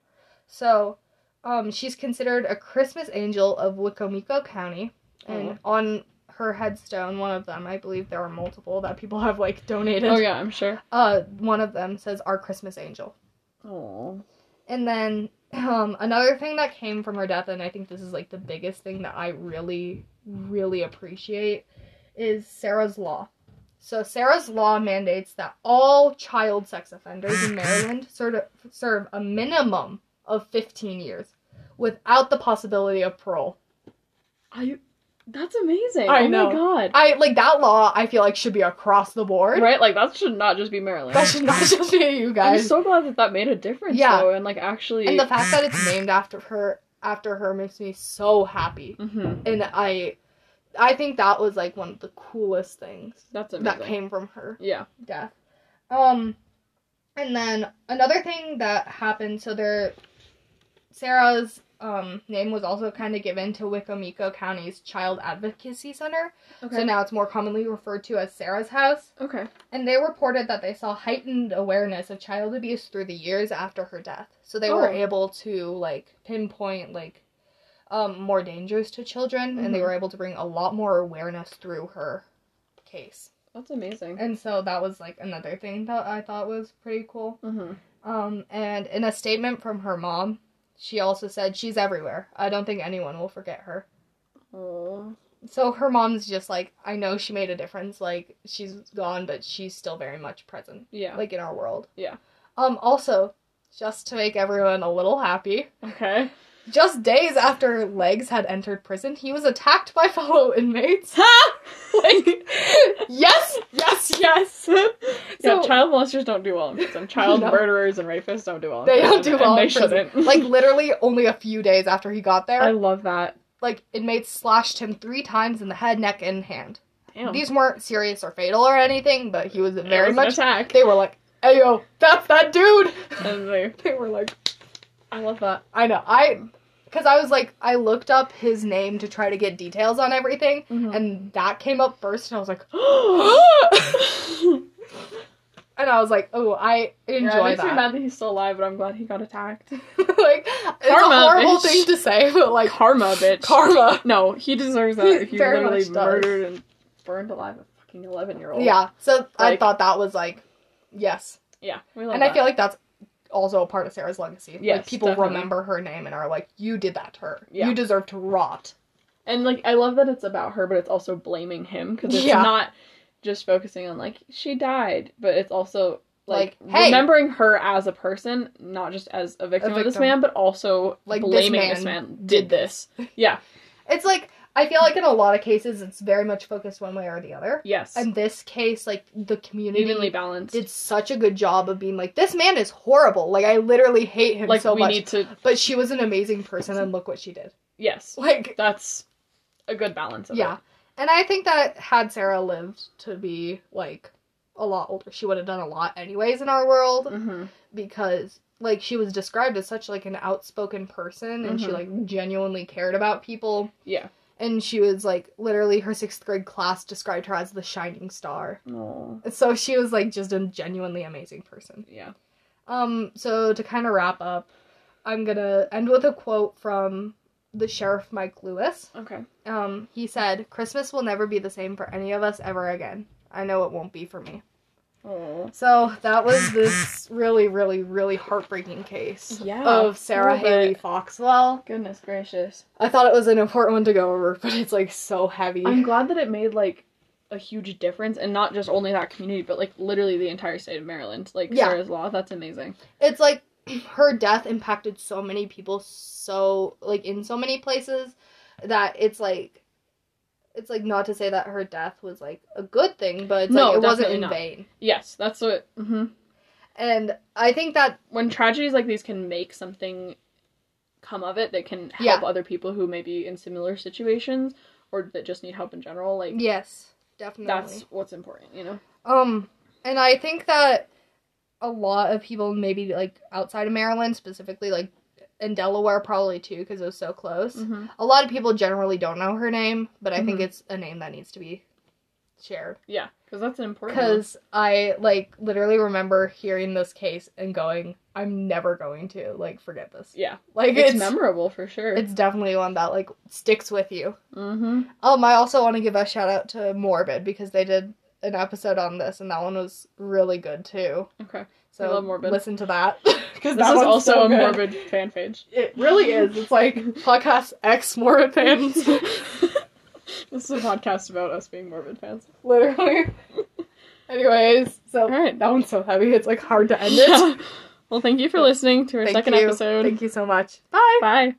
Speaker 1: So, um, she's considered a Christmas angel of Wicomico County, and on her headstone, one of them, I believe there are multiple that people have like donated.
Speaker 2: Oh yeah, I'm sure.
Speaker 1: Uh, one of them says our Christmas angel.
Speaker 2: Oh.
Speaker 1: And then um, another thing that came from her death, and I think this is like the biggest thing that I really, really appreciate, is Sarah's Law. So Sarah's Law mandates that all child sex offenders in
Speaker 2: <laughs>
Speaker 1: Maryland serve, serve a minimum of 15 years without the possibility of parole.
Speaker 2: I. That's amazing.
Speaker 1: I
Speaker 2: oh
Speaker 1: know.
Speaker 2: my god.
Speaker 1: I like that law, I feel like should be across the board.
Speaker 2: right? Like that should not just be Maryland.
Speaker 1: That should not just be you
Speaker 2: I'm
Speaker 1: guys.
Speaker 2: so glad that that made a difference
Speaker 1: Yeah.
Speaker 2: though, and like actually.
Speaker 1: and the fact that it's named after her after her makes me so happy.
Speaker 2: Mhm.
Speaker 1: and I I think that was like one of the coolest things
Speaker 2: That's amazing.
Speaker 1: that came from her
Speaker 2: Yeah.
Speaker 1: death. Um and then another thing that happened so there Sarah's um name was also kind of given to Wicomico County's Child Advocacy Center.
Speaker 2: Okay.
Speaker 1: So now it's more commonly referred to as Sarah's House.
Speaker 2: okay.
Speaker 1: And they reported that they saw heightened awareness of child abuse through the years after her death. So they were
Speaker 2: Oh.
Speaker 1: able to like pinpoint like um, more dangers to children, and they
Speaker 2: Mhm.
Speaker 1: were able to bring a lot more awareness through her case.
Speaker 2: That's amazing.
Speaker 1: And so that was like another thing that I thought was pretty cool.
Speaker 2: Mm-hmm.
Speaker 1: Um, and in a statement from her mom, she also said, "She's everywhere. I don't think anyone will forget her."
Speaker 2: Oh.
Speaker 1: So her mom's just like, "I know she made a difference. Like she's gone, but she's still very much present."
Speaker 2: Yeah.
Speaker 1: like in our world.
Speaker 2: Yeah.
Speaker 1: Um also, just to make everyone a little happy,
Speaker 2: okay. <laughs>
Speaker 1: just days after Legs had entered prison, he was attacked by <laughs> fellow inmates. like yes, yes, yes.
Speaker 2: yeah,
Speaker 1: <laughs> So-
Speaker 2: child molesters don't do well
Speaker 1: <laughs>
Speaker 2: in prison. Child
Speaker 1: No.
Speaker 2: murderers and rapists don't do well. In
Speaker 1: They don't
Speaker 2: prison,
Speaker 1: do well
Speaker 2: And
Speaker 1: in
Speaker 2: they
Speaker 1: prison. <laughs>
Speaker 2: shouldn't.
Speaker 1: Like literally only a few days after he got there,
Speaker 2: <laughs> I love that.
Speaker 1: like inmates slashed him 3 times in the head, neck, and hand.
Speaker 2: Damn.
Speaker 1: These weren't serious or fatal or anything, but he was
Speaker 2: It
Speaker 1: very
Speaker 2: was an
Speaker 1: much <laughs>
Speaker 2: attack.
Speaker 1: they were like, "Hey yo, that's that dude." <laughs>
Speaker 2: and they,
Speaker 1: they were like
Speaker 2: I
Speaker 1: <gasps>
Speaker 2: love that. <gasps>
Speaker 1: I know. I because I was like I looked up his name to try to get details on everything
Speaker 2: Mhm.
Speaker 1: and that came up first and I was
Speaker 2: <laughs>
Speaker 1: like <gasps>
Speaker 2: yeah,
Speaker 1: and I was like, "Oh, I
Speaker 2: it
Speaker 1: enjoy
Speaker 2: makes me
Speaker 1: that."
Speaker 2: mad that he's still alive, but I'm glad he got
Speaker 1: <laughs>
Speaker 2: attacked.
Speaker 1: like it's a
Speaker 2: Karma,
Speaker 1: horrible
Speaker 2: bitch.
Speaker 1: thing to say, but like <laughs>
Speaker 2: Karma, bitch.
Speaker 1: karma.
Speaker 2: no, he deserves that.
Speaker 1: He
Speaker 2: He
Speaker 1: very
Speaker 2: literally
Speaker 1: much does.
Speaker 2: murdered and burned alive a fucking eleven year old.
Speaker 1: Yeah. So I
Speaker 2: Like-
Speaker 1: thought that was like yes.
Speaker 2: yeah. We love
Speaker 1: And
Speaker 2: that.
Speaker 1: I feel like that's also a part of Sarah's legacy. like
Speaker 2: Yes,
Speaker 1: people
Speaker 2: definitely.
Speaker 1: remember her name and are like, "You did that to her.
Speaker 2: Yeah.
Speaker 1: You deserve to rot."
Speaker 2: And like I love that it's about her, but it's also blaming him because it's
Speaker 1: Yeah.
Speaker 2: not just focusing on like she died, but it's also like,
Speaker 1: Like, hey.
Speaker 2: remembering her as a person, not just as a victim, of this
Speaker 1: victim.
Speaker 2: man, but also
Speaker 1: Like,
Speaker 2: like
Speaker 1: this
Speaker 2: blaming
Speaker 1: man
Speaker 2: this man, did this. yeah.
Speaker 1: It's like I feel like in a lot of cases it's very much focused one way or the other.
Speaker 2: Yes.
Speaker 1: In this case, like the community
Speaker 2: Evenly balanced.
Speaker 1: did such a good job of being like, this man is horrible. Like I literally hate him
Speaker 2: like
Speaker 1: so
Speaker 2: we
Speaker 1: much.
Speaker 2: need to.
Speaker 1: But she was an amazing person, and look what she did. <laughs>
Speaker 2: Yes.
Speaker 1: Like
Speaker 2: That's a good balance. Of
Speaker 1: yeah,
Speaker 2: It.
Speaker 1: and I think that had Sarah lived to be like a lot older, she would have done a lot anyways in our world
Speaker 2: hmm
Speaker 1: because like she was described as such like an outspoken person, and she
Speaker 2: Mhm.
Speaker 1: like genuinely cared about people.
Speaker 2: Yeah.
Speaker 1: And she was like literally her sixth grade class described her as the shining star.
Speaker 2: Oh.
Speaker 1: So she was like just a genuinely amazing person.
Speaker 2: Yeah.
Speaker 1: Um, so to kind of wrap up, I'm gonna end with a quote from the sheriff Mike Lewis.
Speaker 2: Okay.
Speaker 1: Um, he said, "Christmas will never be the same for any of us ever again. I know it won't be for me."
Speaker 2: Oh.
Speaker 1: So that was
Speaker 2: <laughs>
Speaker 1: this really, really, really heartbreaking case
Speaker 2: Yeah,
Speaker 1: of Sarah
Speaker 2: love it.
Speaker 1: Haley Foxwell.
Speaker 2: Goodness gracious.
Speaker 1: I thought it was an important one to go over, <laughs> but it's like so heavy.
Speaker 2: I'm glad that it made like a huge difference, and not just only that community, but like literally the entire state of Maryland. Like
Speaker 1: Yeah.
Speaker 2: Sarah's Law, that's amazing.
Speaker 1: it's like <clears throat> her death impacted so many people so like in so many places that it's like it's like not to say that her death was like a good thing but it's
Speaker 2: No,
Speaker 1: like it wasn't
Speaker 2: definitely
Speaker 1: in
Speaker 2: not.
Speaker 1: vain
Speaker 2: Yes, that's what. hmm
Speaker 1: and i think that
Speaker 2: When tragedies like these can make something come of it, that can help
Speaker 1: Yeah.
Speaker 2: other people who may be in similar situations or that just need help in general. Like
Speaker 1: yes definitely
Speaker 2: that's what's important, you know.
Speaker 1: Um, and I think that a lot of people, maybe like outside of Maryland, specifically like in Delaware probably too because it was so close.
Speaker 2: Mhm.
Speaker 1: A lot of people generally don't know her name, but I think
Speaker 2: Mhm.
Speaker 1: it's a name that needs to be shared.
Speaker 2: Yeah, because that's an important. one.
Speaker 1: Because I like literally remember hearing this case and going, I'm never going to like forget this.
Speaker 2: yeah,
Speaker 1: Like
Speaker 2: it's,
Speaker 1: it's it's,
Speaker 2: memorable for sure.
Speaker 1: definitely one that like sticks with you.
Speaker 2: mm-hmm.
Speaker 1: Um, I also want to give a shout out to Morbid because they did an episode on this and that one was really good too.
Speaker 2: Okay,
Speaker 1: So
Speaker 2: love Morbid.
Speaker 1: listen to that <laughs> because
Speaker 2: this
Speaker 1: that
Speaker 2: is
Speaker 1: one's
Speaker 2: also
Speaker 1: so
Speaker 2: a
Speaker 1: good.
Speaker 2: morbid fan page.
Speaker 1: It really is. It's
Speaker 2: <laughs>
Speaker 1: like podcast X morbid fans. <laughs>
Speaker 2: This is a podcast about us being morbid fans.
Speaker 1: Literally. Anyways, so
Speaker 2: All right,
Speaker 1: that one's so heavy, it's like hard to end it.
Speaker 2: well, thank you for listening to our
Speaker 1: Thank
Speaker 2: second
Speaker 1: you.
Speaker 2: episode.
Speaker 1: Thank you so much. Bye.
Speaker 2: Bye.